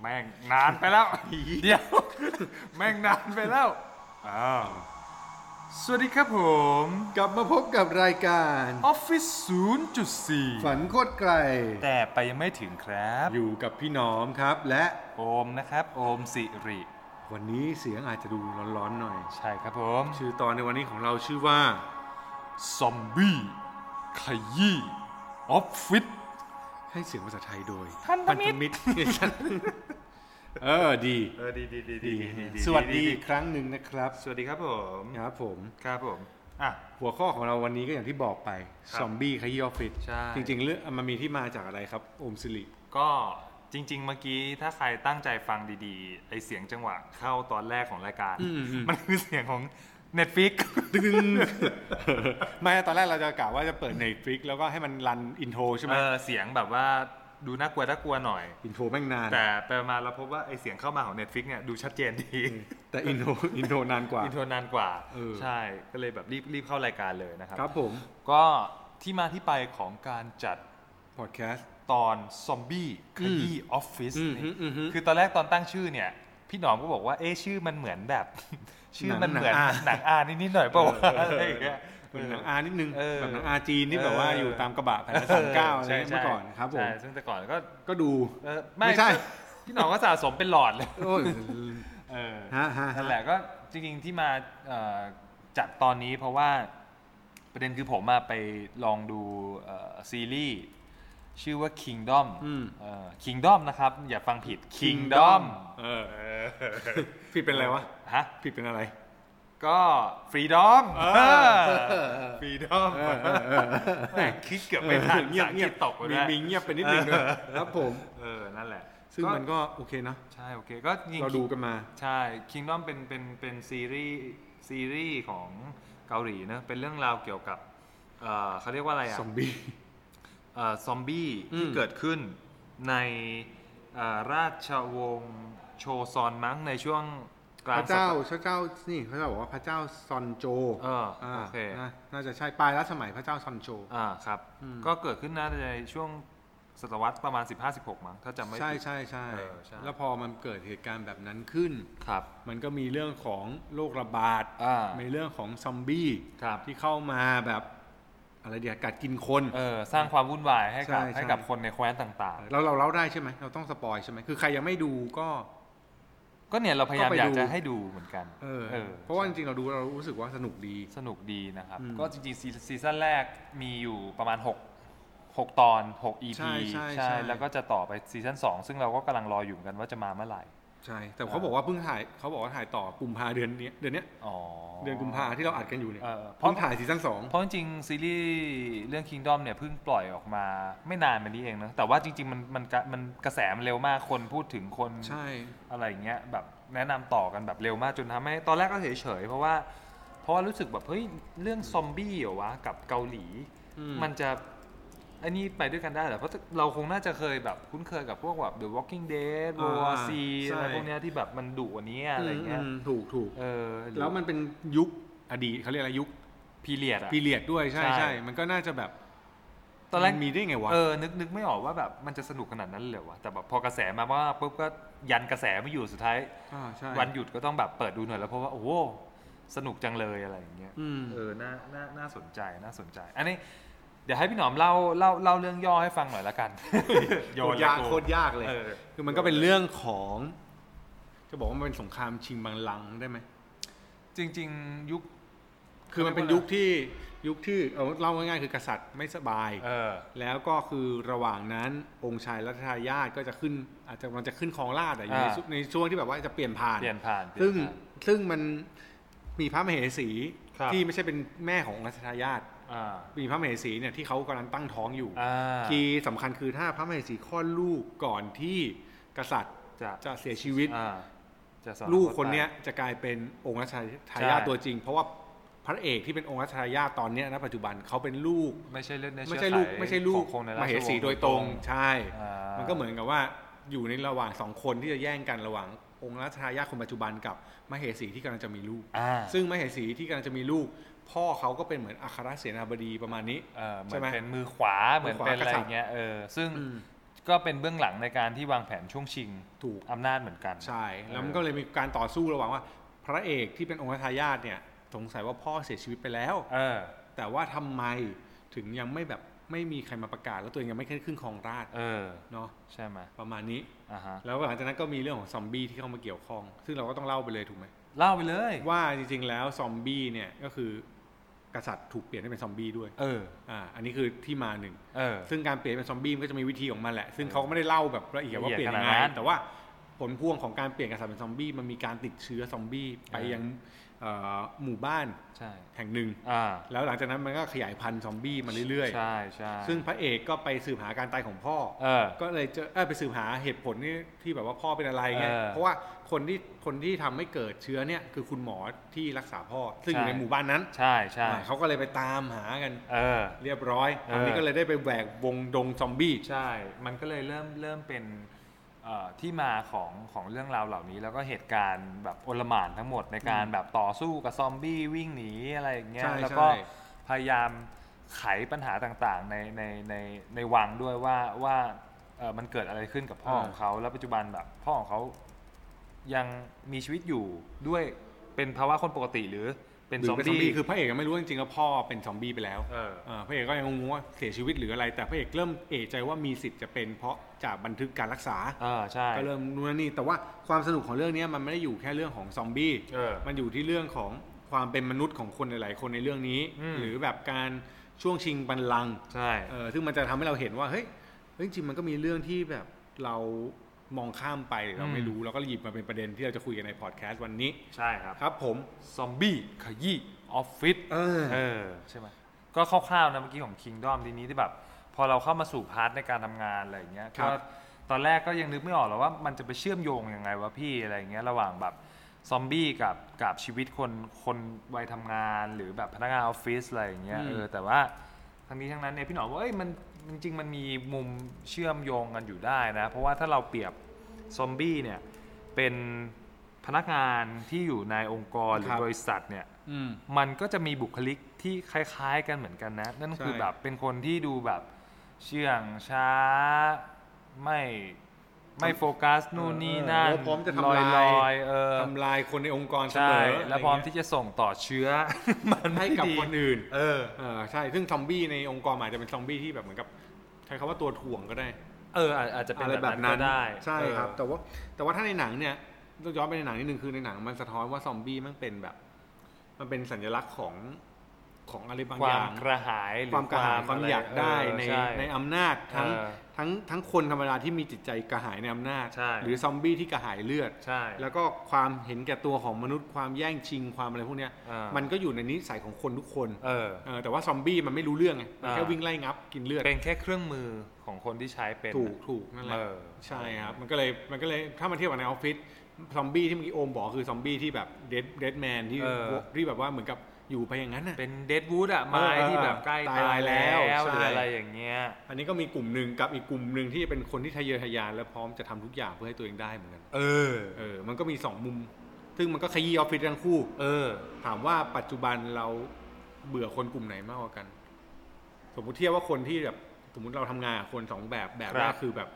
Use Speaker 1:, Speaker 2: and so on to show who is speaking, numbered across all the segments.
Speaker 1: แม่งนานไปแล้ว เดี๋ยว แม่งนานไปแล้วอ้าวสวัสดีครับผม
Speaker 2: กลับมาพบกับรายการ
Speaker 1: ออฟฟิศ0.4
Speaker 2: ฝันโคตรไกล
Speaker 1: แต่ไปยังไม่ถึงครับ
Speaker 2: อยู่กับพี่หน้อมครับ และ
Speaker 1: โอมนะครับ โอมสิริ
Speaker 2: วันนี้เสียงอาจจะดูร้อนๆหน่อย
Speaker 1: ใช่ครับผม
Speaker 2: ชื่อตอนในวันนี้ของเราชื่อว่า
Speaker 1: ซอมบี้ขยี้ออฟฟิศ
Speaker 2: ให้เสียงภาษาไทยโดย
Speaker 1: พันธมิตร
Speaker 2: ตร เออดี
Speaker 1: เออดีดีดีดี
Speaker 2: ดีสวัสดีอีกครั้งหนึ่งนะครับ
Speaker 1: สวัสดีครับผม
Speaker 2: ครับผม
Speaker 1: ครับผม อ่ะ
Speaker 2: หัวข้อของเราวันนี้ก็อย่างที่บอกไป
Speaker 1: ครับ
Speaker 2: ซอมบี้ขยี้ออฟฟิศ
Speaker 1: ใช่
Speaker 2: จริงๆเรื่องมันมีที่มาจากอะไรครับโอม สิริ
Speaker 1: ก็จริง ๆ เมื่อกี้ถ้าใครตั้งใจฟังดีๆ ไอเสียงจังหวะเข้าตอนแรกของรายการ มันคือเสียงของ Netflix
Speaker 2: ตึงๆ ไม่ตอนแรกเราจะกล่าวว่าจะเปิดในฟลิกแล้วก็ให้มันรันอินโทรใช่ไหม
Speaker 1: เออเสียงแบบว่าดูน่ากลัวน่ากลัวหน่อย
Speaker 2: อินโทรแม่งนาน
Speaker 1: แต่ไปมาเราพบว่าไอเสียงเข้ามาของ Netflix เนี่ยดูชัดเจนดี
Speaker 2: แต่อินโทรอินโทรนานกว่า
Speaker 1: อินโทรนานกว่า
Speaker 2: เออ
Speaker 1: ใช่ก็เลยแบบรีบรีบเข้ารายการเลยนะครับ
Speaker 2: ครับผม
Speaker 1: ก็ที่มาที่ไปของการจัด
Speaker 2: พอดแคสต์
Speaker 1: ตอนซอมบี้ขยี้ออฟฟิศ
Speaker 2: อืม
Speaker 1: นี่
Speaker 2: อืมอืมอืม
Speaker 1: คือตอนแรกตอนตั้งชื่อเนี่ย พี่หนอมก็บอกว่าเอ๊ะชื่อมันเหมือนแบบ ชื่อมันเหมือนหนังอานิดๆหน่อยเปล่าวะอะไรอย่างเงี้ย
Speaker 2: เหมือนหนังอานิดนึง
Speaker 1: เออ
Speaker 2: แบบหนังอาจีนที่แบบว่า
Speaker 1: เอออ
Speaker 2: อยู่ตามกระบะแผ่นละสามเก้าอะไร
Speaker 1: ใช่ใช่
Speaker 2: เมื่อก่อนครับผม
Speaker 1: ใช่ซึ่งแต่ก่อนก็
Speaker 2: ก็ดู
Speaker 1: เออไม่
Speaker 2: ไม่ใช่
Speaker 1: พี่หนองก็สะสมเป็นหลอดเลย
Speaker 2: โอ้ย
Speaker 1: เออ
Speaker 2: ฮะฮะ
Speaker 1: นั่น
Speaker 2: ฮะ
Speaker 1: แหละก็จริงๆที่มาเอ่อจัดตอนนี้เพราะว่าประเด็นคือผมมาไปลองดูเอ่อซีรีส์ชื่อว่า Kingdom
Speaker 2: อืม
Speaker 1: เอ่อ Kingdom นะครับ อย่าฟังผิด Kingdom
Speaker 2: เออผิดเป็นอะไรวะ
Speaker 1: ฮะ
Speaker 2: ผิดเป็นอะไร
Speaker 1: ก็ Freedom เอ
Speaker 2: เอ
Speaker 1: อ
Speaker 2: อเออ
Speaker 1: Freedom
Speaker 2: เออเออเออ
Speaker 1: แหม่คิดเกือบไม่ทัน
Speaker 2: เงียบเงียบ
Speaker 1: ภาษาอังกฤษตกไป
Speaker 2: มี
Speaker 1: ด้วย
Speaker 2: มีเงียบไปนิดนึงด้วยครับผม
Speaker 1: เออ นั่นแหละ
Speaker 2: ซึ่งมันก็โอเคนะ
Speaker 1: ใช่โอเคก็จงๆ
Speaker 2: เราดูกันมา
Speaker 1: ใช่ Kingdom เป็นเป็นเป็นซีรีส์ซีรีส์ของเกาหลีเนอะเป็นเรื่องราวเกี่ยวกับเอ่อเขาเรียกว่าอะไรอะ
Speaker 2: ซอมบี้
Speaker 1: เอ่อซอมบี้ที่
Speaker 2: อืม
Speaker 1: เกิดขึ้นในเอ่อราชวงศ์โชซอนมั้งในช่วงกลาง
Speaker 2: พระเจ้า
Speaker 1: ศตวรรษ
Speaker 2: พระเจ้านี่พระเจ้าบอกว่าพระเจ้าซอนโจ
Speaker 1: เอออโอเค
Speaker 2: าน่าจะใช่ปลายรัชสมัยพระเจ้าซอนโจ
Speaker 1: อ่าครับ
Speaker 2: อืม
Speaker 1: ก็เกิดขึ้นน่าจะในช่วงศตวรรษประมาณ 15-16 มั้งถ้าจำไม่
Speaker 2: ใช่
Speaker 1: ผิด
Speaker 2: ใช่ใช่
Speaker 1: เออใช่
Speaker 2: แล้วพอมันเกิดเหตุการณ์แบบนั้นขึ้น
Speaker 1: ครับ
Speaker 2: มันก็มีเรื่องของโรคระบาด
Speaker 1: อ่า
Speaker 2: ในเรื่องของซอมบี้
Speaker 1: ครับ
Speaker 2: ที่เข้ามาแบบอะไรเดียวกัดกินคน
Speaker 1: เออสร้างความวุ่นวายให้กับ
Speaker 2: ใช่ใช่
Speaker 1: ให้กับคนในแคว้นต่าง
Speaker 2: เราเราเล่าได้ใช่ไหมเราต้องสปอยใช่ไหมคือใครยังไม่ดูก็
Speaker 1: ๆ ก็เนี่ยเราพยายาม
Speaker 2: ก็ไป
Speaker 1: อยาก
Speaker 2: ดู
Speaker 1: จะให้ดูเหมือนกัน
Speaker 2: เออ
Speaker 1: ออ
Speaker 2: เพราะว่าจริงๆเราดูเรารู้สึกว่าสนุกดี
Speaker 1: สนุกดีนะครับ
Speaker 2: อืม
Speaker 1: ก็จริงๆซีซีซั่นแรกมีอยู่ประมาณ 6 6 ตอน 6 EP
Speaker 2: ใช่ใช่ใช่
Speaker 1: แล้วก็จะต่อไปซีซั่น2ซึ่งเราก็กำลังรออยู่เหมือนกันว่าจะมาเมื่อไหร่
Speaker 2: ใช่ แต่เขา
Speaker 1: อ่า
Speaker 2: บอกว่าเพิ่งถ่ายเขาบอกว่าถ่ายต่อกุมภาเดือนเนี้ยเดือนเนี้ย
Speaker 1: อ๋อ
Speaker 2: เดือนกุมภาที่เราอัดกันอยู่เนี่ย
Speaker 1: เออเพราะ
Speaker 2: เพิ่งถ่ายซีซั่นสอง
Speaker 1: เพราะจริงๆซีรีส์เรื่อง Kingdom เนี่ยเพิ่งปล่อยออกมาไม่นานมานี้เองนะแต่ว่าจริงๆมันมันกระมันกระแสมันเร็วมากคนพูดถึงคน
Speaker 2: ใช่
Speaker 1: อะไรอย่างเงี้ยแบบแนะนำต่อกันแบบเร็วมากจนทำให้ตอนแรกก็เฉยๆเพราะว่าเพราะว่ารู้สึกแบบเฮ้ยเรื่องซอมบี้เหรอวะกับเกาหลี
Speaker 2: อืม
Speaker 1: มันจะอันนี้ไปด้วยกันได้เหรอเพราะเราคงน่าจะเคยแบบคุ้นเคยกับพวกแบบ The Walking Dead World War Z
Speaker 2: ใช่
Speaker 1: อะไรพวกเนี้ยที่แบบมันดุกว่านี้อะไรเงี้ย
Speaker 2: มมถูกถูก
Speaker 1: เออหรือ
Speaker 2: แล้วมันเป็นยุคอดีตเขาเรียกอะไรยุค
Speaker 1: พีเรียดอะ
Speaker 2: พีเรียดด้วยใช่
Speaker 1: ใช่
Speaker 2: ใช่ มันก็น่าจะแบบ
Speaker 1: ตอนแรก
Speaker 2: มัมีได้ไงวะ
Speaker 1: เออนึกนึกไม่ออกว่าแบบมันจะสนุกขนาดนั้นเลยวะแต่แบบพอกระแสมาว่าปุ๊บก็ยันกระแสไม่อยู่สุดท้าย
Speaker 2: อ่าใช่
Speaker 1: วันหยุดก็ต้องแบบเปิดดูหน่อยแล้วเพราะว่าโอ้โหสนุกจังเลยอะไรอย่างเงี้ย
Speaker 2: อืม
Speaker 1: เออน่าน่าน่าสนใจน่าสนใจ อันนี้ เดี๋ยวให้พี่หนอมเล่าเล่าเล่าเรื่องย่อให้ฟังหน่อยละกัน
Speaker 2: โคตรยากโคตรยากเลย
Speaker 1: เออ
Speaker 2: คือมันก็เป็นเรื่องของ จะบอกว่ามันเป็นสงครามชิงบัลลังก์ได้ไหม
Speaker 1: จริง ๆ ยุค
Speaker 2: คือมันเป็นยุคที่ยุคที่เอาเล่าง่ายๆคือกษัตริย์ไม่สบาย
Speaker 1: เออ
Speaker 2: แล้วก็คือระหว่างนั้นองค์ชายรัชทายาทก็จะขึ้น อาจจะมันจะขึ้นครองราชย์อะอยู่ใน
Speaker 1: อ่า
Speaker 2: ช่วงในช่วงที่แบบว่าจะเปลี่ยนผ่าน
Speaker 1: เปลี่ยนผ่านเปลี่ยน
Speaker 2: ซึ่ง
Speaker 1: ผ่าน
Speaker 2: ซึ่งมันมีพระมเหสี
Speaker 1: ครับ
Speaker 2: ที่ไม่ใช่เป็นแม่ของรัชทายาท
Speaker 1: อ่า
Speaker 2: มีพระมเหสีเนี่ยที่เขากำลังตั้งท้องอยู่
Speaker 1: อ่า
Speaker 2: คีย์สำคัญคือถ้าพระมเหสีคลอดลูกก่อนที่กษัตริย์
Speaker 1: จะ
Speaker 2: จะเสียชีวิต
Speaker 1: อ่าจะสอ
Speaker 2: ลูกคนเนี้ยจะกลายเป็นองค์รัชทายาท
Speaker 1: ใช่
Speaker 2: ตัวจริง เพราะว่าพระเอกที่เป็นองค์รัชทายาทตอนเนี้ยณปัจจุบันเขาเป็นลูก
Speaker 1: ไม่ใช่เลือดเนื้อ
Speaker 2: ไม่
Speaker 1: เชื้อ
Speaker 2: ใช่ลูก
Speaker 1: สาย
Speaker 2: ไม่ใช่ลู
Speaker 1: ข
Speaker 2: ก
Speaker 1: องคงใน
Speaker 2: ม
Speaker 1: ราช
Speaker 2: เห
Speaker 1: วงศ์
Speaker 2: สีโดยตรงใช่
Speaker 1: อ่า
Speaker 2: มันก็เหมือนกับว่าอยู่ในระหว่างสองคนที่จะแย่งกันระหว่างองค์รัชทายาทคนปัจจุบันกับมเหสีที่กำลังจะมีลูก
Speaker 1: อ่า
Speaker 2: ซึ่งมเหสีที่กำลังจะมีลูก พ่อเขาก็เป็นเหมือนอัครเสนาบดีประมาณนี้
Speaker 1: เออเหมื
Speaker 2: ใช่
Speaker 1: อน
Speaker 2: ไหม
Speaker 1: เป็นมือขวาเหมือนเป็นอะไรอย่างเงี้ยเออซึ่ง
Speaker 2: อืม
Speaker 1: ก็เป็นเบื้องหลังในการที่วางแผนช่วงชิง
Speaker 2: ถูก
Speaker 1: อำนาจเหมือนกัน
Speaker 2: ใช่ แล้วมันก็เลยมีการต่อสู้ระหว่างว่า พระเอกที่เป็นองค์ทายาทเนี่ยสงสัยว่าพ่อเสียชีวิตไปแล้ว
Speaker 1: เออ
Speaker 2: แต่ว่าทำไมถึงยังไม่แบบไม่มีใครมาประกาศ แล้วตัวเองยังไม่ขึ้นครองราชย์
Speaker 1: เออ
Speaker 2: เนาะ
Speaker 1: ใช่ไหม
Speaker 2: ประมาณนี้
Speaker 1: อ่าฮะ
Speaker 2: แล้วหลังจากนั้นก็มีเรื่องของซอมบี้ที่เข้ามาเกี่ยวข้อง ซึ่งเราก็ต้องเล่าไปเลยถูกไหม
Speaker 1: เล่าไปเลย
Speaker 2: ว่าจริงๆแล้วซอมบี้เนี่ยก็คือกษัตริย์ถูกเปลี่ยนให้เป็นซอมบี้ด้วย
Speaker 1: เออ
Speaker 2: อ่าอันนี้คือที่มาหนึ่ง
Speaker 1: เออ
Speaker 2: ซึ่งการเปลี่ยนเป็นซอมบี้มันก็จะมีวิธีของมันแหละ ซึ่งเขาก็ไม่ได้เล่าแบบละเอียดว่าเปลี่ยนยังไง
Speaker 1: ละเอียดขนาดนั้น
Speaker 2: แต่ว่าผลพวงของการเปลี่ยนกษัตริย์เป็นซอมบี้มันมีการติดเชื้อซอมบี้ไป
Speaker 1: เออ
Speaker 2: ยังเอ่อหมู่บ้าน
Speaker 1: ใช่
Speaker 2: แห่งหนึ่ง
Speaker 1: อ่า
Speaker 2: แล้วหลังจากนั้นมันก็ขยายพันธุ์ซอมบี้มาเรื่อย
Speaker 1: ใช่ใช่
Speaker 2: ๆ ซึ่งพระเอกก็ไปสืบหาการตายของพ่อ
Speaker 1: เออ
Speaker 2: ก็เลยเจอเอ้ยไปสืบหาเหตุผลนี่ที่แบบว่าพ่อเป็นอะไรเงี้ย
Speaker 1: เออ
Speaker 2: เพราะว่าคนที่คนที่ทำให้เกิดเชื้อเนี่ยคือคุณหมอที่รักษาพ่อ ซึ่งอยู่
Speaker 1: ใช่
Speaker 2: ในหมู่บ้านนั้น
Speaker 1: ใช่ใช่
Speaker 2: อ่าเขาก็เลยไปตามหากัน
Speaker 1: เออ
Speaker 2: เรียบร้อยตอนนี้
Speaker 1: เออ
Speaker 2: ก็เลยได้ไปแหวกวงดงซอมบี้
Speaker 1: ใช่ มันก็เลยเริ่มเริ่มเป็นเอ่อที่มาของของเรื่องราวเหล่านี้ แล้วก็เหตุการณ์แบบโอลหม่านทั้งหมดในการแบบต่อสู้กับซอมบี้วิ่งหนีอะไรอย่างเงี้ย
Speaker 2: ใช่
Speaker 1: แล้วก็
Speaker 2: ใช่
Speaker 1: พยายามไขปัญหาต่างๆในในในในวังด้วยว่าว่าเอ่อมันเกิดอะไรขึ้นกับพ่อของเขาแล้วปัจจุบันแบบพ่อของเขายังมีชีวิตอยู่ด้วยเป็นภาวะคนปกติหรือเป็น
Speaker 2: หรื
Speaker 1: ซ
Speaker 2: อ
Speaker 1: อม
Speaker 2: เป็นซอมบี้
Speaker 1: บี้
Speaker 2: คือพระเอกยังไม่รู้จริงๆว่าพ่อเป็นซอมบี้ไปแล้ว
Speaker 1: เออ
Speaker 2: เออพระเอกก็ยังงงว่าเสียชีวิตหรืออะไร แต่พระเอกเริ่มเอะใจว่ามีสิทธิ์จะเป็นเพราะจากบันทึกการรักษา
Speaker 1: เออใช่
Speaker 2: ก็เริ่มนู่นนนนี่แต่ว่าความสนุกของเรื่องเนี้ยมันไม่ได้อยู่แค่เรื่องของซอมบี้
Speaker 1: เออ
Speaker 2: มันอยู่ที่เรื่องของความเป็นมนุษย์ของคนหลายๆคนในเรื่องนี้
Speaker 1: อืม
Speaker 2: หรือแบบการช่วงชิงบัลลังก์
Speaker 1: ใช่
Speaker 2: เออซึ่งมันจะทำให้เราเห็นว่าเฮ้ยเฮ้ยจริงๆมันก็มีเรื่องที่แบบเรามองข้ามไปหรือเราไม่รู้เราก็หยิบมาเป็นประเด็นที่เราจะคุยกันในพอดแคสต์วันนี้
Speaker 1: ใช่ครับ
Speaker 2: ครับ ผม
Speaker 1: ซอมบี้ขยี้ออฟฟิศ
Speaker 2: เออ
Speaker 1: เออใช่ไหมก็คร่าวๆนะเมื่อกี้ของ Kingdom ทีนี้ที่แบบ พอเราเข้ามาสู่พาร์ทในการทำงานอะไรอย่างเงี้ย
Speaker 2: ครับ
Speaker 1: ก็ตอนแรกก็ยังนึกไม่ออกหรอกว่ามันจะไปเชื่อมโยงยังไงวะพี่อะไรอย่างเงี้ยระหว่างแบบซอมบี้กับกับชีวิตคนคนวัยทำงานหรือแบบพนักงานออฟฟิศอะไรอย่างเงี้ยเออแต่ว่าทั้งนี้ทั้งนั้นเนี่ยพี่หนอมว่าเอ้ยมันจริง ๆ มันมีมุมเชื่อมโยงกันอยู่ได้นะ เพราะว่าถ้าเราเปรียบซอมบี้เนี่ยเป็นพนักงานที่อยู่ในองค์กรหรือ
Speaker 2: ครับ
Speaker 1: บริษัทเนี่ย
Speaker 2: อืม
Speaker 1: มันก็จะมีบุคลิกที่คล้ายๆ กันเหมือนกันนะ นั่นคือ
Speaker 2: ใช่
Speaker 1: แบบเป็นคนที่ดูแบบเชื่องช้า ไม่ไม่โฟกัสนู่นนี่นั่น
Speaker 2: เออพร้อมจะ
Speaker 1: ลอย
Speaker 2: ทำลาย
Speaker 1: ลอยๆเออ
Speaker 2: ทำลายคนในองค์กรเสม
Speaker 1: ใช่
Speaker 2: อ
Speaker 1: แล้วพร้อมที่จะส่งต่อเชื้อ มัน
Speaker 2: ให้
Speaker 1: ไม่
Speaker 2: กับ
Speaker 1: ดี
Speaker 2: คนอื่น
Speaker 1: เออ
Speaker 2: เออใช่ ซึ่งซอมบี้ในองค์กรอาจจะเป็นซอมบี้ที่แบบเหมือนกับ ใช้คำว่าตัวถ่วงก็ได้
Speaker 1: เอออาจอาจจะเป็น
Speaker 2: อะไร
Speaker 1: แบบ
Speaker 2: แบบ
Speaker 1: นั้นก็
Speaker 2: นั้น
Speaker 1: ได้
Speaker 2: ใช่ครับ
Speaker 1: เออ
Speaker 2: แต่ว่าแต่ว่าถ้าในหนังเนี่ยต้องย้อนไปในหนังนิดนึงคือในหนังมันสะท้อนว่าซอมบี้มันเป็นแบบ มันเป็นสัญลักษณ์ของของอะไรบาง
Speaker 1: ค
Speaker 2: อ
Speaker 1: วาม
Speaker 2: ย่าง
Speaker 1: กระหายหรือ
Speaker 2: ความกระหาย
Speaker 1: ะ
Speaker 2: ความ
Speaker 1: ไร
Speaker 2: อยากได้ใน
Speaker 1: ช่
Speaker 2: ในอำนาจทั้ง
Speaker 1: เออ
Speaker 2: ทั้งทั้งคนธรรมดาที่มีจิตใจกระหายในอำนาจ
Speaker 1: ใช่
Speaker 2: หรือซอมบี้ที่กระหายเลือด
Speaker 1: ใช่
Speaker 2: แล้วก็ความเห็นแก่ตัวของมนุษย์ความแย่งชิงความอะไรพวกเนี้ย
Speaker 1: อ่ามั
Speaker 2: มันก็อยู่ในนิสัยของคนทุกคน
Speaker 1: เออ
Speaker 2: เออแต่ว่าซอมบี้มันไม่รู้เรื่องไงมันแค่
Speaker 1: อ่า
Speaker 2: วิ่งไล่งับกินเลือด
Speaker 1: เป็นแค่เครื่องมือของคนที่ใช้เป็น
Speaker 2: ถูกถูกนั่นแห
Speaker 1: เอ
Speaker 2: ละ
Speaker 1: อ
Speaker 2: ใช่ครับมันก็เลยมันก็เลยถ้ามาเทียบกับในออฟฟิศซอมบี้ที่เมื่อกี้โอมบอกคือซอมบี้ที่แบบเดดเดดแมนที่
Speaker 1: เออ
Speaker 2: ที่แบบว่าเหมือนกับอยู่ไปอย่างนั้นน่ะ
Speaker 1: เป็นเดดวูดอะไม้
Speaker 2: เออ
Speaker 1: ที่แบบใกล้
Speaker 2: ตายแล้ว
Speaker 1: ห
Speaker 2: ใช่
Speaker 1: รืออะไรอย่างเงี้ย
Speaker 2: อันนี้ก็มีกลุ่มหนึ่งกับอีกกลุ่มหนึ่งที่เป็นคนที่ทะเยอทะยานและพร้อมจะทำทุกอย่างเพื่อให้ตัวเองได้เหมือนกัน
Speaker 1: เออ
Speaker 2: เออมันก็มีสองมุม ซึ่งมันก็ขยี้ออฟฟิศทั้งคู่
Speaker 1: เออ
Speaker 2: ถามว่าปัจจุบันเราเบื่อคนกลุ่มไหนมากกว่ากัน สมมติเทียบว่าคนที่แบบสมมติเราทำงานกับคนสองแบบแบบแร
Speaker 1: ครั
Speaker 2: ก
Speaker 1: บ
Speaker 2: คือแบบ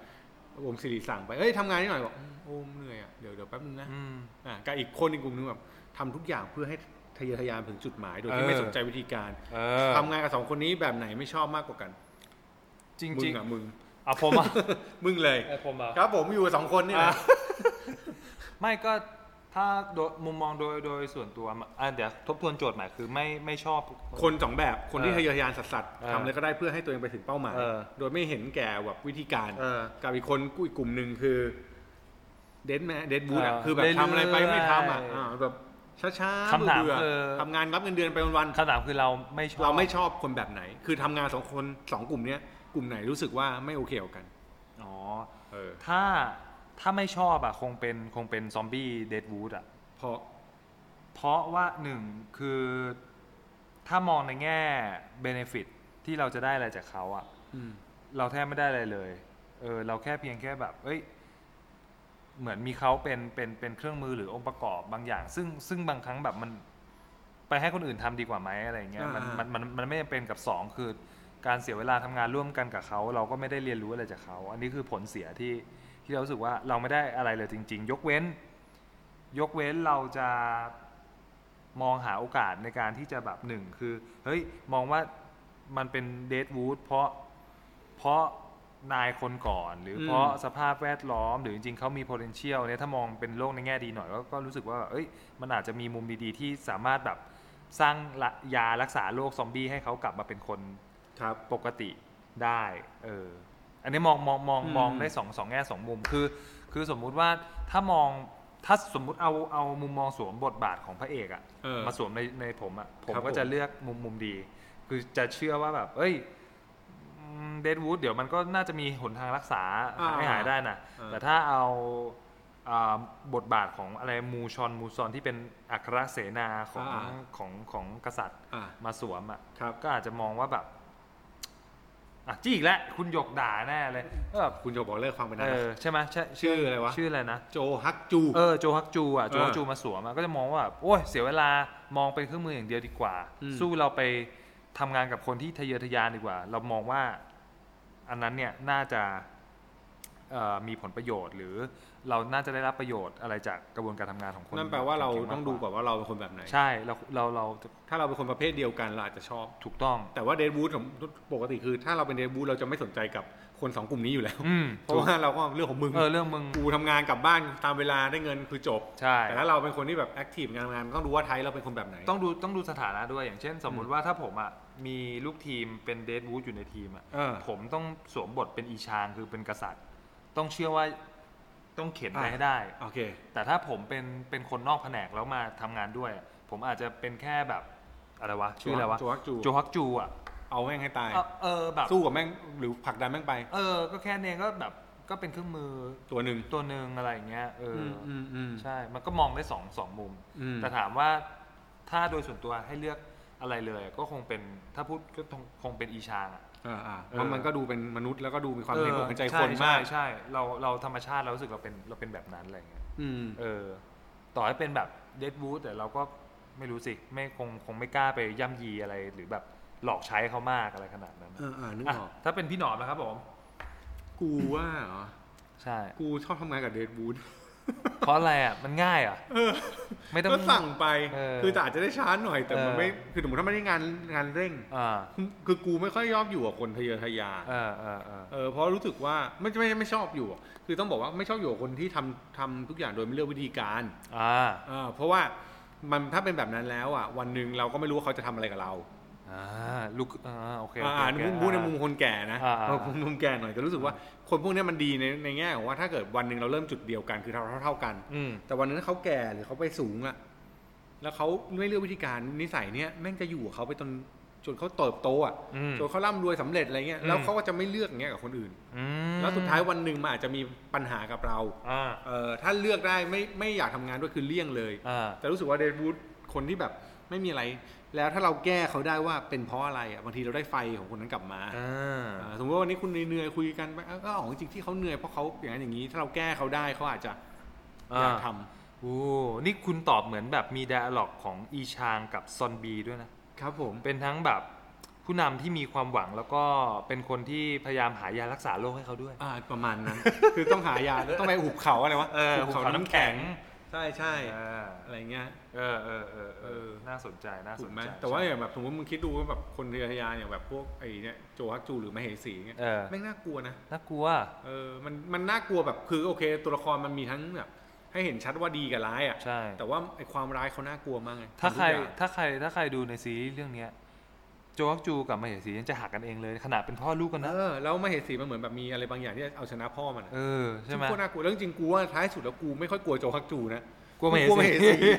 Speaker 2: วงสิริสั่งไปเอ้ยทำงานนิดหน่อยบอกอืมโอ้เหนื่อยอ่ะเดี๋ยวเดี๋ยวแป๊บนึงนะ
Speaker 1: อืม
Speaker 2: อ่ะกับอีกคนอีกกลุ่มนึงแบบทำทุกอย่างเพื่อให้ทะเยอทะยานถึงจุดหมาย โดยที่
Speaker 1: เออ
Speaker 2: ไม่สนใจวิธีการ
Speaker 1: เออ
Speaker 2: ทำงานกับสองคนนี้แบบไหนไม่ชอบมากกว่ากัน
Speaker 1: จริง
Speaker 2: มึ
Speaker 1: จริ
Speaker 2: ง
Speaker 1: ง
Speaker 2: อ่ะมึง
Speaker 1: อ่ะผมอ่ะ
Speaker 2: มึงเลย
Speaker 1: เออผมอ่ะ
Speaker 2: ครับผมอยู่กับสองคนนี่แหละ
Speaker 1: อ่ะ ไม่ก็ถ้าโดยมุมมองโดยโดยส่วนตัวอ่ะอ่ะเดี๋ยวทบทวนโจทย์ใหม่คือไม่ไม่ชอบ
Speaker 2: คนสองแบบคนที่
Speaker 1: เออ
Speaker 2: ทะเยอทะยานสัส
Speaker 1: เออ
Speaker 2: ๆทำเลยก็ได้เพื่อให้ตัวเองไปถึงเป้าหมาย
Speaker 1: เออ
Speaker 2: โดยไม่เห็นแก่แบบวิธีการ
Speaker 1: เออ
Speaker 2: กับอีกคนกูอีกกลุ่มหนึ่งคือเดนแมเดนบูดอ่ะ
Speaker 1: เออ
Speaker 2: คือแบบทำอะไรไปไม่ทำอ่ะ
Speaker 1: เรื่อยๆ
Speaker 2: อ่าแบบ ช้าๆ
Speaker 1: คำถาม
Speaker 2: เบื่อๆ
Speaker 1: คือ
Speaker 2: ทำงานรับเงินเดือนไปวัน
Speaker 1: คำถามคือเราไม่ชอบ
Speaker 2: ๆเราไม่ชอบคนแบบไหน คือทำงานสองคนสองกลุ่มเนี้ยกลุ่มไหนรู้สึกว่าไม่โอเคกับกัน
Speaker 1: อ๋อ
Speaker 2: เออ
Speaker 1: ถ้าถ้าไม่ชอบอะคงเป็นคงเป็นซอมบี้เดดวูดอะ
Speaker 2: เพราะ
Speaker 1: เพราะว่าหนึ่งคือถ้ามองในแง่เบเนฟิตที่เราจะได้อะไรจากเขาอะ
Speaker 2: อืม
Speaker 1: เราแทบไม่ได้อะไรเลย เออเราแค่เพียงแค่แบบ เอ้ย เหมือนมีเขาเป็นเป็นเป็นเครื่องมือหรือองค์ประกอบบางอย่าง ซึ่งซึ่งบางครั้งแบบมันไปให้คนอื่นทำดีกว่าไหมอะไรเงี้ยมัน
Speaker 2: อ่ามั
Speaker 1: มันมันมันไม่จำเป็นกับสองคือ การเสียเวลาทำงานร่วมกันกับเขาเราก็ไม่ได้เรียนรู้อะไรจากเขา อันนี้คือผลเสียที่ที่เรารู้สึกว่าเราไม่ได้อะไรเลยจริง ๆ ยกเว้น ยกเว้นเราจะมองหาโอกาสในการที่จะแบบหนึ่งคือ เฮ้ย มองว่ามันเป็นเดดวูดเพราะเพราะนายคนก่อน หรืออ
Speaker 2: ม
Speaker 1: เพราะสภาพแวดล้อม หรือจริง ๆเขามี potential เนี่ยถ้ามองเป็นโลกในแง่ดีหน่อย ก็ก็รู้สึกว่าเอ้ยมันอาจจะมีมุมดีๆ ที่สามารถแบบสร้างละยารักษาโรคซอมบี้ให้เขากลับมาเป็นคน
Speaker 2: ครับ
Speaker 1: ปกติได้เอออันนี้มองมองมอง
Speaker 2: อืม
Speaker 1: มองได้สองสองแง่สองมุมคือ คือสมมุติว่าถ้ามองถ้าสมมุติเอาเอามุมมองสวมบทบาทของพระเอกอะ
Speaker 2: เออ
Speaker 1: มาสวมในในผมอะผม
Speaker 2: ครับ
Speaker 1: ก็
Speaker 2: ผม
Speaker 1: จะเลือกมุมมุมดี คือจะเชื่อว่าแบบ เอ้ยเดดวูดเดี๋ยวมันก็น่าจะมีหนทางรักษา
Speaker 2: อ่า
Speaker 1: ให้หายได้นะ
Speaker 2: เออ
Speaker 1: แต่ถ้าเอาอ่าบทบาทของอะไรมูชอนมูซอนที่เป็นอัครเสนาของของของกษัตริย์
Speaker 2: อ่า
Speaker 1: มาสวมอ่ะ
Speaker 2: ครับ
Speaker 1: ก็อาจจะมองว่าแบบอ่ะจี้อีกแล้วคุณหยกด่าแน่เลยก็แบบ
Speaker 2: คุณจะบอกเลิกฟังไปนะ
Speaker 1: เออใช่ไหมใช่
Speaker 2: ชื่ออะไรวะ
Speaker 1: ชื่ออะไรนะ
Speaker 2: โจฮักจู
Speaker 1: เออโจฮักจูอ่ะโจฮักจูมาสวมอ่ะก็จะมองว่าแบบโอ้ยเสียเวลามองเป็นเครื่องมืออย่างเดียวดีกว่า สู้เราไปทำงานกับคนที่ทะเยอทะยานดีกว่า เรามองว่า อันนั้นเนี่ยน่าจะเอ่อมีผลประโยชน์ หรือเราน่าจะได้รับประโยชน์อะไรจากกระบวนการทำงานของคน
Speaker 2: นั่นแปลว่าเรา
Speaker 1: เก่ๆม
Speaker 2: ต้องดูก่อนว่าเราเป็นคนแบบไหน
Speaker 1: ใช่เราเราเรา
Speaker 2: ถ้าเราเป็นคนประเภทเดียวกันเราอาจจะชอบ
Speaker 1: ถูกต้อง
Speaker 2: แต่ว่าเดดวูดปกติคือ ถ้าเราเป็นเดดวูดเราจะไม่สนใจกับคนสองกลุ่มนี้อยู่แล้ว
Speaker 1: อืม
Speaker 2: เพราะว่าเราก็เรื่องของมึง
Speaker 1: เออเรื่องมึง
Speaker 2: กูทำงานกลับบ้านตามเวลาได้เงินคือจบ
Speaker 1: ใช่
Speaker 2: แต่ถ้าเราเป็นคนที่แบบแอคทีฟงานงานต้องดูว่าไทยเราเป็นคนแบบไหน
Speaker 1: ต้องดูต้องดูสถานะด้วยอย่างเช่น สมมุติว่าถ้าผมอ่ะมีลูกทีมเป็นเดดวูดอยู่ในทีมอ่ะ
Speaker 2: เออ
Speaker 1: ผมต้องสวมบทเป็นอีชางคือเป็นกษัตริย์ ต้องเชื่อว่าต้องเข็นไป
Speaker 2: อ่ะ
Speaker 1: ให้ได้
Speaker 2: โอเค
Speaker 1: แต่ถ้าผมเป็นเป็นคนนอกแผนกแล้วมาทำงานด้วยอะผมอาจจะเป็นแค่แบบอะไรวะชื่ออะไรวะ
Speaker 2: โจฮักจู
Speaker 1: โจฮักจูอ่ะ
Speaker 2: เอาแม่งให้ตาย
Speaker 1: เออเออแบบ
Speaker 2: สู้กับแม่งหรือผลักดันแม่งไป
Speaker 1: เออก็แค่เนี้ยก็แบบก็เป็นเครื่องมือ
Speaker 2: ตัวหนึ่ง
Speaker 1: ตัวหนึ่งอะไรอย่างเงี้ยเอออ
Speaker 2: อืมอืม
Speaker 1: ใช่ มันก็มองได้สองสองมุม
Speaker 2: อืม
Speaker 1: แต่ถามว่าถ้าโดยส่วนตัวให้เลือกอะไรเลย ก็คงเป็นถ้าพูดก็คงเป็นอีชางอะ
Speaker 2: อ่าอ่าเพ
Speaker 1: เอ
Speaker 2: ราะ
Speaker 1: อ
Speaker 2: มันก็ดูเป็นมนุษย์แล้วก็ดูมีความเห็นอกเห็นใจคน
Speaker 1: เออ
Speaker 2: มาก
Speaker 1: ใช่ใช่เราเราธรรมชาติเรารู้สึกเราเป็นเราเป็นแบบนั้นอะไรอย่างเงี้ย
Speaker 2: อืม
Speaker 1: เออ ต่อให้เป็นแบบเดดวูดแต่เราก็ไม่รู้สิไม่คงคงไม่กล้าไปย่ำยีอะไรหรือแบบหลอกใช้เขามากอะไรขนาดนั้น
Speaker 2: เอออ่านึก
Speaker 1: อ่ะ
Speaker 2: ออก
Speaker 1: ถ้าเป็นพี่หนอมนะครับผม
Speaker 2: กูว่าเหรอ
Speaker 1: ใช่
Speaker 2: กูชอบทำงานกับเดดวูด
Speaker 1: เพราะอะไรอ่ะมันง่ายอ่ะไม่ต้อง
Speaker 2: ก็สั่งไป
Speaker 1: เออ
Speaker 2: คือแต่อาจจะได้ช้าหน่อย แต่มัน
Speaker 1: เออ
Speaker 2: ไม่คือสมมติถ้าไม่ได้งานงานเร่ง
Speaker 1: อ่า
Speaker 2: คือกูไม่ค่อยยอบอยู่กับคนทะเยอทะยาน
Speaker 1: เออเออเออ
Speaker 2: เออเพราะรู้สึกว่าไม่ไม่ไม่ชอบอยู่อะคือต้องบอกว่าไม่ชอบอยู่กับคนที่ทำทำทุกอย่างโดยไม่เลือกวิธีการ
Speaker 1: อ่า
Speaker 2: เออเพราะว่ามันถ้าเป็นแบบนั้นแล้วอ่ะวันหนึ่งเราก็ไม่รู้ว่าเขาจะทำอะไรกับเรา
Speaker 1: อ่าลูกอ่าโอเคโอเค
Speaker 2: อ่า
Speaker 1: โอเค
Speaker 2: ในมุมพูดในมุมคนแก่นะ
Speaker 1: อ่าอ่า
Speaker 2: เออมุมมุมแก่หน่อยแต่รู้สึกว่าคนพวกเนี้ยมันดีในในแง่ของว่าถ้าเกิดวันหนึ่งเราเริ่มจุดเดียวกันคือเท่าเท่าเท่ากัน
Speaker 1: อืม
Speaker 2: แต่วันนั้นเขาแก่หรือเขาไปสูงอ่ะแล้วเขาไม่เลือกวิธีการนิสัยเนี้ยแม่งจะอยู่กับเขาไปจนจนเขาเติบโตอ่ะ
Speaker 1: อืม
Speaker 2: จนเขาร่ำรวยสำเร็จอะไรเงี้ยแล้ว
Speaker 1: อืม
Speaker 2: เขาก็จะไม่เลือกอย่างเงี้ยกับคนอื่น
Speaker 1: อืม
Speaker 2: แล้วสุดท้ายวันหนึ่งมันอาจจะมีปัญหากับเรา
Speaker 1: อ่า
Speaker 2: เออถ้าเลือกได้ไม่ไม่อยากทำงานด้วยคือเลี่ยงเลย
Speaker 1: อ่า
Speaker 2: แต่รู้สึกว่าเดนวูดคนที่แบบไม่มีอะไร แล้วถ้าเราแก้เขาได้ว่าเป็นเพราะอะไรอ่ะบางทีเราได้ไฟของคนนั้นกลับมา
Speaker 1: อ่า
Speaker 2: เออสมมติว่าวันนี้คุณเหนื่อยๆคุยกันไปเอ้าก็อ๋อจริงๆที่เขาเหนื่อยเพราะเขาอย่างนั้นอย่างนี้ ถ้าเราแก้เขาได้เขาอาจจะอยากท
Speaker 1: โอ้นี่คุณตอบเหมือนแบบมีดอะล็อกของอีชางกับซอนบีด้วยนะ
Speaker 2: ำครับผม
Speaker 1: เป็นทั้งแบบผู้นำที่มีความหวังแล้วก็เป็นคนที่พยายามหายารักษาโรคให้เขาด้วย
Speaker 2: อ่าประมาณ นั้น คือต้องหายาต้องไปหุบเขาอะไรวะ
Speaker 1: เออหุบเขาน้ำแข็ง
Speaker 2: ใช่ใช่
Speaker 1: เออ
Speaker 2: อะไรเงี้ย
Speaker 1: เออเออเออเออน่าสนใจน่าส
Speaker 2: ถูก
Speaker 1: น
Speaker 2: ไหม
Speaker 1: ใจ
Speaker 2: แต่ว่าอย่างแบบสมมติมึงคิดดูว่าแบบคนเรือทะยานอย่างแบบพวกไอ้เนี่ยโจฮักจูหรือมเหสีเงี้ย
Speaker 1: เออ
Speaker 2: แม่งน่ากลัวนะ
Speaker 1: น่ากลัว
Speaker 2: เออมันมันน่ากลัวแบบคือโอเค ตัวละครมันมีทั้งแบบให้เห็นชัดว่าดีกับร้ายอ่ะ
Speaker 1: ใช่
Speaker 2: แต่ว่าไอ้ความร้ายเขาน่ากลัวมากไง
Speaker 1: ถ้าใคร
Speaker 2: ทุกอย่ง
Speaker 1: ถ้าใครถ้าใครดูในซีรีส์เรื่องเนี้ยโจวักจูกับมาเหสียังจะหักกันเองเลย ขนาดเป็นพ่อลูกกันนะ
Speaker 2: เออแล้วมเหสีมันเหมือนแบบมีอะไรบางอย่างที่เอาชนะพ่อมันอะ
Speaker 1: เออใช่ไหม
Speaker 2: ซึ่งโคตรน่ากลัวแล้วจริงๆกูว่าท้ายสุดแล้วกูไม่ค่อยกลัวโจฮักจูนะ
Speaker 1: กลัวมเหสี
Speaker 2: กูกลัวมเหสี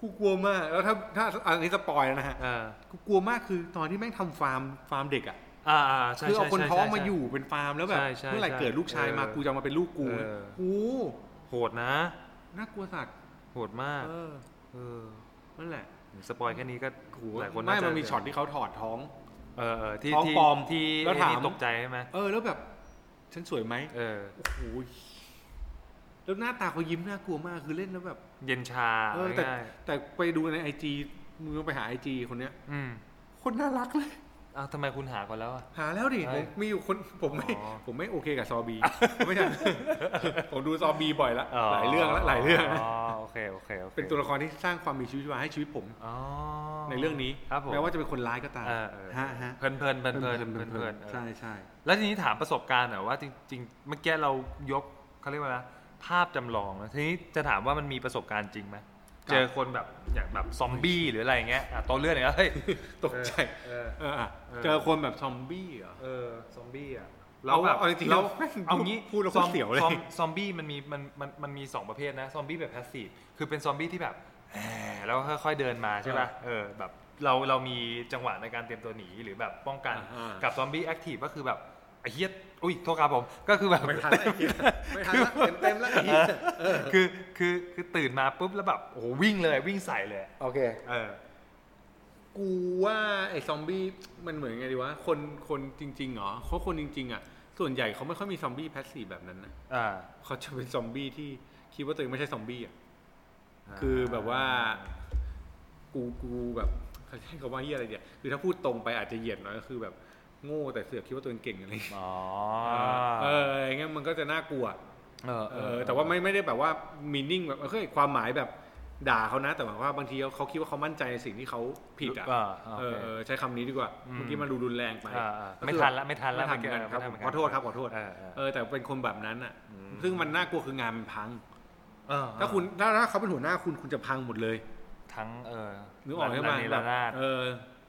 Speaker 2: กูกลัวมาก แล้วถ้าถ้าอันนี้สปอยแล้วนะฮะ
Speaker 1: เออ
Speaker 2: กูกลัวมากคือตอนที่แม่งทำฟาร์มฟาร์มเด็กอ่ะ
Speaker 1: อ่าอ่าใช่
Speaker 2: คือเอา
Speaker 1: ใช่
Speaker 2: คน
Speaker 1: ใช่
Speaker 2: ท้อง
Speaker 1: ใช่
Speaker 2: มาอยู่เป็นฟาร์มแล้วแบบ
Speaker 1: ใช่ใช่
Speaker 2: เมื่อไหร่
Speaker 1: ใช่
Speaker 2: เกิดลูกชายมา
Speaker 1: เออ
Speaker 2: กูจะเอามาเป็นลูกกู
Speaker 1: เออ
Speaker 2: โอ้
Speaker 1: โหดนะ
Speaker 2: น่ากลัวสัตว์
Speaker 1: โหดมาก
Speaker 2: เออ
Speaker 1: เออ
Speaker 2: นั่นแหละ
Speaker 1: สปอยแค่นี้ก็โหหลายค
Speaker 2: ไม่
Speaker 1: นาจะ
Speaker 2: มันมีช็อตที่เขาถอดท้อง
Speaker 1: เออเออที่
Speaker 2: ท้อง
Speaker 1: ที่
Speaker 2: ปลอม
Speaker 1: ที่
Speaker 2: แล้วถาม
Speaker 1: ที่ตกใจใช่ไหม
Speaker 2: เออ แล้วแบบฉันสวยไหม
Speaker 1: เออ
Speaker 2: โอ้โหแล้วหน้าตาเขายิ้มน่ากลัวมากคือเล่นแล้วแบบ
Speaker 1: เย็นชา
Speaker 2: เออแต่
Speaker 1: ง่าย
Speaker 2: แต่ไปดูในไอจีมึงต้องไปหาไอจีคนเนี้ย
Speaker 1: ๆอืม
Speaker 2: คนน่ารักเลย
Speaker 1: อ้าวทำไมคุณหาก่อนแล้วอ่ะ
Speaker 2: หาแล้วดิ
Speaker 1: ใช่
Speaker 2: ผมมีอยู่คนผมไม่
Speaker 1: อ๋อ
Speaker 2: ผมไม่โอเคกับซอบี ไม่ใช่ ผมดูซอบีบ่อยละหลายเรื่องละหลายเรื่องละ
Speaker 1: อ๋อโอเคโอเคโอค
Speaker 2: เป็นตัวละครที่สร้างความมีชีวิตชีวาให้ชีวิตผม
Speaker 1: อ๋อ
Speaker 2: ในเรื่องนี้
Speaker 1: ครับผม
Speaker 2: แม้ว่าจะเป็นคนร้ายก็ตาม
Speaker 1: เออเออ
Speaker 2: ฮะฮะ
Speaker 1: เพลินเพลินเพลินเพลินเพลินเพลิน
Speaker 2: ใช่ใช่
Speaker 1: แล้วทีนี้ถามประสบการณ์หน่อยว่าจริงๆเมื่อกี้เรายกเขาเรียกว่าอะไรนะภาพจำลองนะทีนี้จะถามว่ามันมีประสบการณ์จริงไหมเจอคนแบบอย่างแบบซอมบี้หรืออะไรอย่างเงี้ยอ่ะตัวเลือดเนี่ยเฮ้ย
Speaker 2: ตกใจ
Speaker 1: เออ
Speaker 2: เอออ่ะ
Speaker 1: เออ
Speaker 2: เจอคนแบบซอมบี้เหรอ
Speaker 1: เออซอมบี้อ่ะ
Speaker 2: เอาเอาจริงๆ
Speaker 1: แล้ว
Speaker 2: แม่ง
Speaker 1: เอางี้
Speaker 2: พูดแล้ว
Speaker 1: ซอม
Speaker 2: โคตรเสียวเลย
Speaker 1: ซอมซอมบี้มันมีมันมันมันมีสองประเภทนะซอมบี้แบบพาสซีฟคือเป็นซอมบี้ที่แบบแหม่แล้วค่อยๆเดินมาใช่ป่ะเออแบบเราเรามีจังหวะในการเตรียมตัวหนีหรือแบบป้องกัน
Speaker 2: อ่า
Speaker 1: กับซอมบี้แอคทีฟก็คือแบบไอ้เฮียอุ้ยโทษครับผมก็คือแบบ
Speaker 2: ไม่ทันละ ไม่ทันละเต็มเต็มละไอ้เหี้ย
Speaker 1: คือคือคือตื่นมาปุ๊บแล้วแบบโอ้โหวิ่งเลยวิ่งใส่เลย
Speaker 2: โอเค
Speaker 1: เออ
Speaker 2: กูว่าไอ้ซอมบี้มันเหมือนไงดีวะคนคนจริงๆเหรอเขาคนจริงๆอ่ะส่วนใหญ่เขาไม่ค่อยมีซอมบี้แพสซีฟแบบนั้นนะ
Speaker 1: อ่า
Speaker 2: เขาจะเป็นซอมบี้ที่คิดว่าตัวเองไม่ใช่ซอมบี้อ่ะ คือแบบว่า กูกูแบบเขาใช้คำว่าเฮียอะไรเดียวคือถ้าพูดตรงไปอาจจะเหยียดหน่อยก็คือแบบโง่แต่เสือกคิดว่าตัวเองเก่งอะไรอย่างเงี้ย
Speaker 1: อ๋อ
Speaker 2: เอออย่างเงี้ยมันก็จะน่ากลัว
Speaker 1: เออ
Speaker 2: เออแต่ว่าไม่ไม่ได้แบบว่ามีนิ่งแบบเฮ้ยความหมายแบบด่าเขานะ แต่หมายความว่าบางทีเขาเขาคิดว่าเขามั่นใจในสิ่งที่เขาผิดอ่ะ
Speaker 1: าโค
Speaker 2: เออเออใช้คำนี้ดีกว่า
Speaker 1: อืม
Speaker 2: เมื่อกี้มันดูรุนแรงไป
Speaker 1: อ่าอ่า
Speaker 2: ก็
Speaker 1: ไม่
Speaker 2: คือ
Speaker 1: ทันละไม่ทันละ
Speaker 2: ไม่ทันเหมือนกันครับ
Speaker 1: ไม่ทันเหมืน
Speaker 2: ข
Speaker 1: กัน
Speaker 2: อโทษครับขอโทษ
Speaker 1: เออเออ
Speaker 2: เออแต่เป็นคนแบบนั้นอ่ะ ซึ่งมันน่ากลัวคืองานมันพัง
Speaker 1: เออ
Speaker 2: ถ้าคุณถ้าถ้าเขาเป็นหัวหน้าคุณคุณจะพังหมดเลย
Speaker 1: ทั้งเออ
Speaker 2: นึกออกใช่ไหม
Speaker 1: ระ
Speaker 2: แบ
Speaker 1: นาด
Speaker 2: บ
Speaker 1: ระนาด
Speaker 2: เออ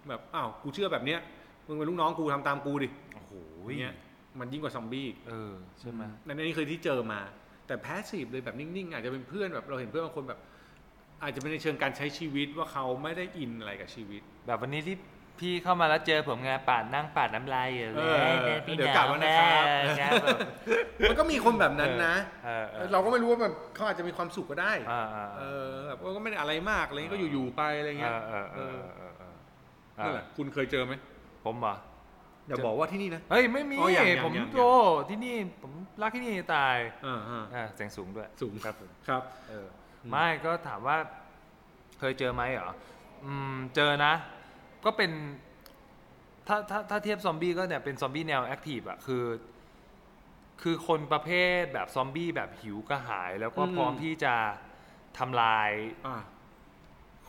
Speaker 2: แบบอ้าวกูเชื่อแบบเนี้ยมึงเป็นลูกน้องกูทำตามกูดิ
Speaker 1: โอ้โห
Speaker 2: อย่างเงี้ยมันยิ่งกว่าซอมบี้อีก
Speaker 1: เออใช่ไหม
Speaker 2: นั่นนี่คือที่เจอมา แต่แพสซีฟเลยแบบนิ่งๆ อาจจะเป็นเพื่อนแบบเราเห็นเพื่อนบางคนแบบ อาจจะเป็นในเชิงการใช้ชีวิตว่าเขาไม่ได้อินอะไรกับชีวิต
Speaker 1: แบบวันนี้ที่พี่เข้ามาแล้วเจอผมไงานปาดนั่งปาดน้ำลายอยู่
Speaker 2: เอ
Speaker 1: เล
Speaker 2: อย เดี๋ยวกลับแล้วนะครับ มันก็มีคนแบบนั้นนะ
Speaker 1: เออเออ
Speaker 2: เราก็ไม่รู้ว่าแบบเขาอาจจะมีความสุขก็ได้
Speaker 1: อ่าอ่า
Speaker 2: เออแบบว่าก็ไม่ได้อะไรมากอะไรเงี้ยก็อยู่ๆไปอะไรเงี้ย
Speaker 1: เออเออเออเออเออ
Speaker 2: นั่นแหละ คุณเคยเจอไหม
Speaker 1: ผมเหรอ
Speaker 2: อย่าบอกว่าที่นี่นะ
Speaker 1: เฮ้ยไม่มี
Speaker 2: อ๋ออย่างอย่าง
Speaker 1: ผม
Speaker 2: อย่าง
Speaker 1: โตที่นี่ผมรักที่นี่ตาย
Speaker 2: อ่า
Speaker 1: อ่าเสียงสูงด้วย
Speaker 2: ๆสูง
Speaker 1: ครับผม
Speaker 2: ครับ
Speaker 1: เอออ
Speaker 2: ม
Speaker 1: ไม่ก็ถามว่าเคยเจอไหมเหรออืมเจอนะ ก็เป็น ถ้าถ้าถ้าเทียบซอมบี้ก็เนี่ยเป็นซอมบี้แนวแอคทีฟอะคือ คือคนประเภทแบบซอมบี้แบบหิวกระหาย แล้วก็พร้อมที่จะทำลาย
Speaker 2: อ่า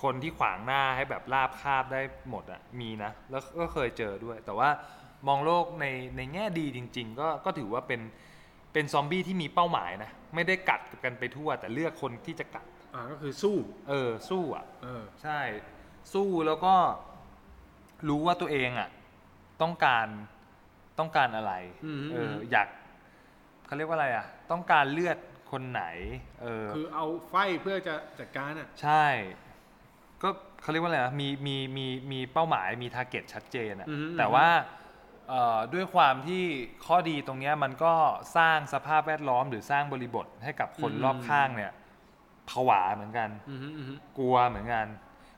Speaker 1: คนที่ขวางหน้าให้แบบราบคาบได้หมดอะมีนะ แล้วก็เคยเจอด้วย แต่ว่ามองโลกในในแง่ดีจริง ๆ ก็ก็ถือว่าเป็นเป็นซอมบี้ที่มีเป้าหมายนะ ไม่ได้กัดกันไปทั่ว แต่เลือกคนที่จะกัด
Speaker 2: อ่าก็คือสู้
Speaker 1: เออสู้อ่ะ
Speaker 2: เออ
Speaker 1: ใช่ สู้แล้วก็รู้ว่าตัวเองอ่ะ ต้องการต้องการอะไรเอออยากเขาเรียกว่าอะไรอ่ะ ต้องการเลือดคนไหน เออ
Speaker 2: คือเอาไฟเพื่อจะจัดการอ่ะ
Speaker 1: ใช่ ก็เขาเรียกว่าอะไรนะมีมีมีมีเป้าหมายมีทาร์เก็ตชัดเจนอะ
Speaker 2: อือฮึอือฮึ
Speaker 1: แต่ว่าเอ่อด้วยความที่ข้อดีตรงเนี้ยมันก็สร้างสภาพแวดล้อมหรือสร้างบริบทให้กับคนรอบข้างเนี่ยผวาเหมือนกัน
Speaker 2: อืมอืม
Speaker 1: กลัวเหมือนกัน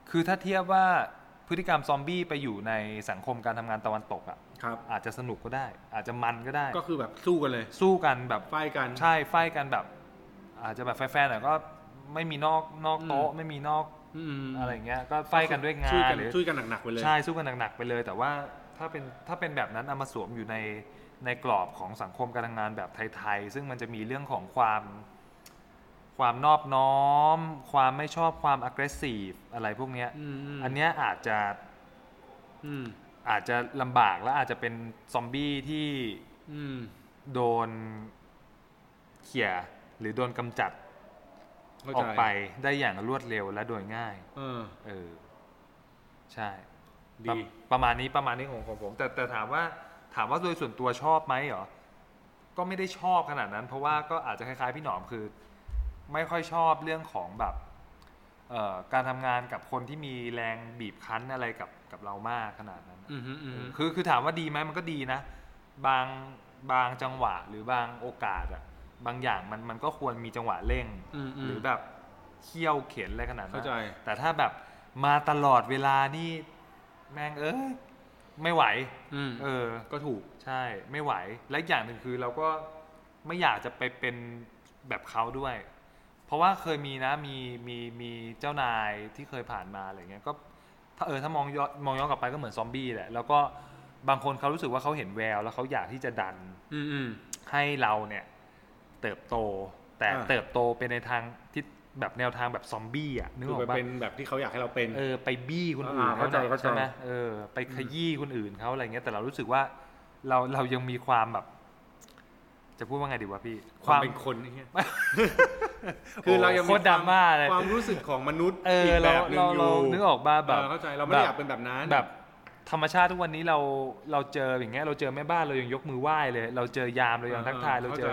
Speaker 1: คือถ้าเทียบว่าพฤติกรรมซอมบี้ไปอยู่ในสังคมการทำงานตะวันตกอ่ะ
Speaker 2: ครับ
Speaker 1: อาจจะสนุกก็ได้ อาจจะมันก็ได้
Speaker 2: ก็คือแบบสู้กันเลย
Speaker 1: สู้กันแบบ
Speaker 2: ไฟกัน
Speaker 1: ใช่ไฟกันแบบ อาจจะแบบแฟร์ๆหน่อยก็ไม่มีนอกนอกโต๊ะ
Speaker 2: อืม
Speaker 1: ไม่มีนอก
Speaker 2: อืม
Speaker 1: อะไรอย่างเงี้ย ก็ไฟกันด้วยงา
Speaker 2: สู้
Speaker 1: น
Speaker 2: กัน
Speaker 1: หรือ
Speaker 2: สู้กันหนักๆไปเลย
Speaker 1: ใช่สู้กันหนักๆไปเลย แต่ว่าถ้าเป็นถ้าเป็นแบบนั้นเอามาสวมอยู่ในในกรอบของสังคมการทำงานแบบไทยๆซึ่งมันจะมีเรื่องของความ ความนอบน้อม ความไม่ชอบความ aggressive อะไรพวกเนี้ย
Speaker 2: อืม
Speaker 1: อันเนี้ยอาจจะ
Speaker 2: อืม
Speaker 1: อาจจะลำบากและอาจจะเป็นซอมบี้ที่
Speaker 2: อืม
Speaker 1: โดนเขี่ยหรือโดนกำจัด
Speaker 2: เข้า
Speaker 1: อ
Speaker 2: ใจ
Speaker 1: อกไปได้อย่างรวดเร็วและโดยง่าย
Speaker 2: เออ
Speaker 1: เออ ใช่
Speaker 2: ดี
Speaker 1: ประประมาณนี้ประมาณนี้ของของผม แต่แต่ถามว่าถามว่าโดยส่วนตัวชอบไหมเหรอ ก็ไม่ได้ชอบขนาดนั้น เพราะว่าก็อาจจะคล้ายๆพี่หนอมคือ ไม่ค่อยชอบเรื่องของแบบ เอ่อการทำงานกับคนที่มีแรงบีบคั้นอะไรกับกับเรามากขนาดนั้น
Speaker 2: อืมฮึอืมฮึ
Speaker 1: คือคือถามว่าดีไหมมันก็ดีนะ บางบางจังหวะหรือบางโอกาสอะบางอย่างมันมันก็ควรมีจังหวะเร่ง
Speaker 2: อืมอืม
Speaker 1: หรือแบบเคี่ยวเข็นอะไรขนาดนั้น
Speaker 2: เข้าใจ
Speaker 1: แต่ถ้าแบบมาตลอดเวลานี่แม่งเอ้ยไม่ไหว
Speaker 2: อืม
Speaker 1: เออ
Speaker 2: ก็ถูก
Speaker 1: ใช่ไม่ไหว และอีกอย่างหนึ่งคือเราก็ไม่อยากจะไปเป็นแบบเขาด้วย เพราะว่าเคยมีนะมีมีมีเจ้านายที่เคยผ่านมาอะไรเงี้ยก็ถ้าเออถ้ามองย้อนมองย้อนกลับไปก็เหมือนซอมบี้แหละแล้วก็บางคนเขารู้สึกว่าเขาเห็นแวว แล้วเขาอยากที่จะดัน
Speaker 2: อืมอืม
Speaker 1: ให้เราเนี่ยเติบโต แต่
Speaker 2: อ่า
Speaker 1: เติบโตเป็นในทางที่แบบแนวทางแบบซอมบี้อ่ะนึก
Speaker 2: คือ อ
Speaker 1: อก
Speaker 2: ไป
Speaker 1: ปะ
Speaker 2: เป็นแบบที่เขาอยากให้เราเป็น
Speaker 1: เออไปบี้คนอื่น
Speaker 2: อ่า
Speaker 1: เขา
Speaker 2: เข้าใจ
Speaker 1: น่ะ
Speaker 2: เข้าใจ
Speaker 1: ใช่ไหมเออไปขยี้คนอื่นเขาอะไรเงี้ยแต่เรารู้สึกว่าเราเรายังมีความแบบ จะพูดว่าไงดีวะพี่
Speaker 2: ความเป็นคนไอ้เหี้ย
Speaker 1: คือเรายังโคตรดราม่าเลย
Speaker 2: ความรู้สึกของมนุษย์
Speaker 1: เออ
Speaker 2: อีก
Speaker 1: เรา
Speaker 2: แบบหนึ่ง
Speaker 1: เรา
Speaker 2: อ
Speaker 1: เรา
Speaker 2: ยู่
Speaker 1: นึกออกบ้าแบบ
Speaker 2: เออเข้าใจเราไม่ได้อยากเป็นแบบนั้น
Speaker 1: แบบธรรมชาติทุกวันนี้เราเราเจออย่างเงี้ยเราเจอแม่บ้านเรายังยกมือไหว้เลย เราเจอยามเรายังทักทายเราเจอ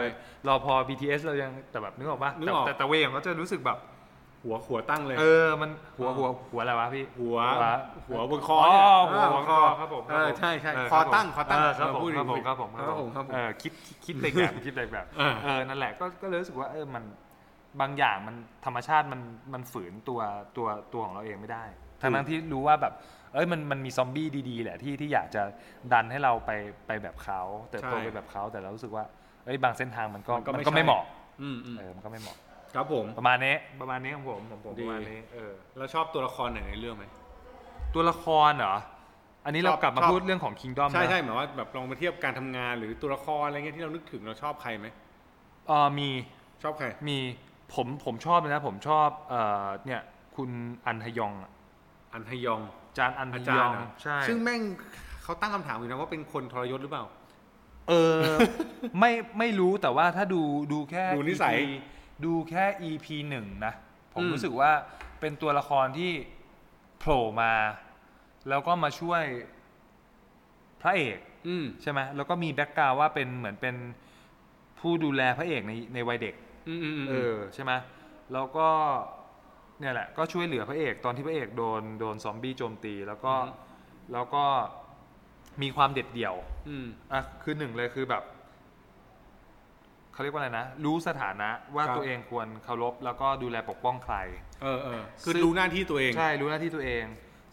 Speaker 1: รอพอ BTS เรายังแต่แบบนึกออกปะ
Speaker 2: นึกออก
Speaker 1: แต่แต่เวของเขาจะรู้สึกแบบ
Speaker 2: หัวหัวตั้งเลย
Speaker 1: เออมันหัวหัวหัวอะไรวะพี่
Speaker 2: หัวหัวบนคอ
Speaker 1: อ๋อ
Speaker 2: เนี่ย
Speaker 1: หัวบนคอครับผม
Speaker 2: เออใช่ใช่
Speaker 1: เ
Speaker 2: คอตั้งค
Speaker 1: รั
Speaker 2: อบ
Speaker 1: ผม
Speaker 2: ตั้ง
Speaker 1: เครับผม
Speaker 2: พูด
Speaker 1: ครับผม
Speaker 2: พูด
Speaker 1: ครับผม
Speaker 2: ครับผมครับผม
Speaker 1: เออคิดคิดคิดเลยแบบคิดเลยแบบ
Speaker 2: อ่า
Speaker 1: เออนั่นแหละก็ก็เลยรู้สึกว่าเออมันบางอย่างมันธรรมชาติมันมันฝืนตัวตัวตัวของเราเองไม่ได้ทั้งนั้นที่รู้ว่าแบบเอ้ยมันมันมีซอมบี้ดีๆแหละที่ที่อยากจะดันให้เราไปไปแบบเขาเติบโต
Speaker 2: ใช่
Speaker 1: ไปแบบเขาแต่เรารู้สึกว่าเอ้ยบางเส้นทางมันก็
Speaker 2: มันก็
Speaker 1: มัน
Speaker 2: ไม่
Speaker 1: ก็ไม่
Speaker 2: ใช่
Speaker 1: เหมาะ
Speaker 2: อืมอืม
Speaker 1: เออมันก็ไม่เหมาะ
Speaker 2: ครับผม
Speaker 1: ประมาณนี้ประมาณนี้ของผมของผมป
Speaker 2: ดี
Speaker 1: ระมาณนี้เออ
Speaker 2: แล้วชอบตัวละครไหนในเรื่องไหม
Speaker 1: ตัวละครเหรอ อันนี้เรา
Speaker 2: ชอบ
Speaker 1: กลับมา
Speaker 2: ชอบ
Speaker 1: พูดเรื่องของ Kingdom
Speaker 2: ใช่ใช่
Speaker 1: นะ
Speaker 2: หมายว่าแบบลองมาเทียบการทำงานหรือตัวละครอะไรเงี้ยที่เรานึกถึงเราชอบใครไหม
Speaker 1: เออมี
Speaker 2: ชอบใคร
Speaker 1: มี ผม ผมชอบเลยนะ ผมชอบ เอ่อ เนี่ย คุณอันฮยองอะ
Speaker 2: อันฮยอง
Speaker 1: อาจารย์อันฮ
Speaker 2: อาย จา
Speaker 1: อ
Speaker 2: รย์
Speaker 1: ง
Speaker 2: เหรอ
Speaker 1: ใช่
Speaker 2: ซึ่งแม่งเขาตั้งคำถามอยู่นะว่าเป็นคนทรยศหรือเปล่า
Speaker 1: เออ ไม่ ไม่รู้ แต่ว่าถ้าดู ดูแค่
Speaker 2: ดูนิสัย
Speaker 1: EP ดูแค่ EP หนึ่งนะ ผม
Speaker 2: อืม
Speaker 1: รู้สึกว่า เป็นตัวละครที่โผล่มา แล้วก็มาช่วยพระเอก
Speaker 2: อืม
Speaker 1: ใช่ไหมแล้วก็มีแบ็กกราวว่าเป็นเหมือนเป็นผู้ดูแลพระเอกในในวัยเด็ก
Speaker 2: อืมอืม
Speaker 1: เออใช่ไหมแล้วก็ เนี่ยแหละ ก็ช่วยเหลือพระเอกตอนที่พระเอกโดนโดนซอมบี้โจมตี แล้วก็แล้วก็มีความเด็ดเดี่ยว
Speaker 2: อืม
Speaker 1: อ่ะคือหนึ่งเลยคือแบบเขาเรียกว่าอะไรนะ รู้สถานะว่า
Speaker 2: ครับ
Speaker 1: ตัวเองควรเคารพแล้วก็ดูแลปกป้องใคร
Speaker 2: เออเออคือ
Speaker 1: ซึ่ง
Speaker 2: รู้หน้าที่ตัวเอง
Speaker 1: ใช่รู้หน้าที่ตัวเอง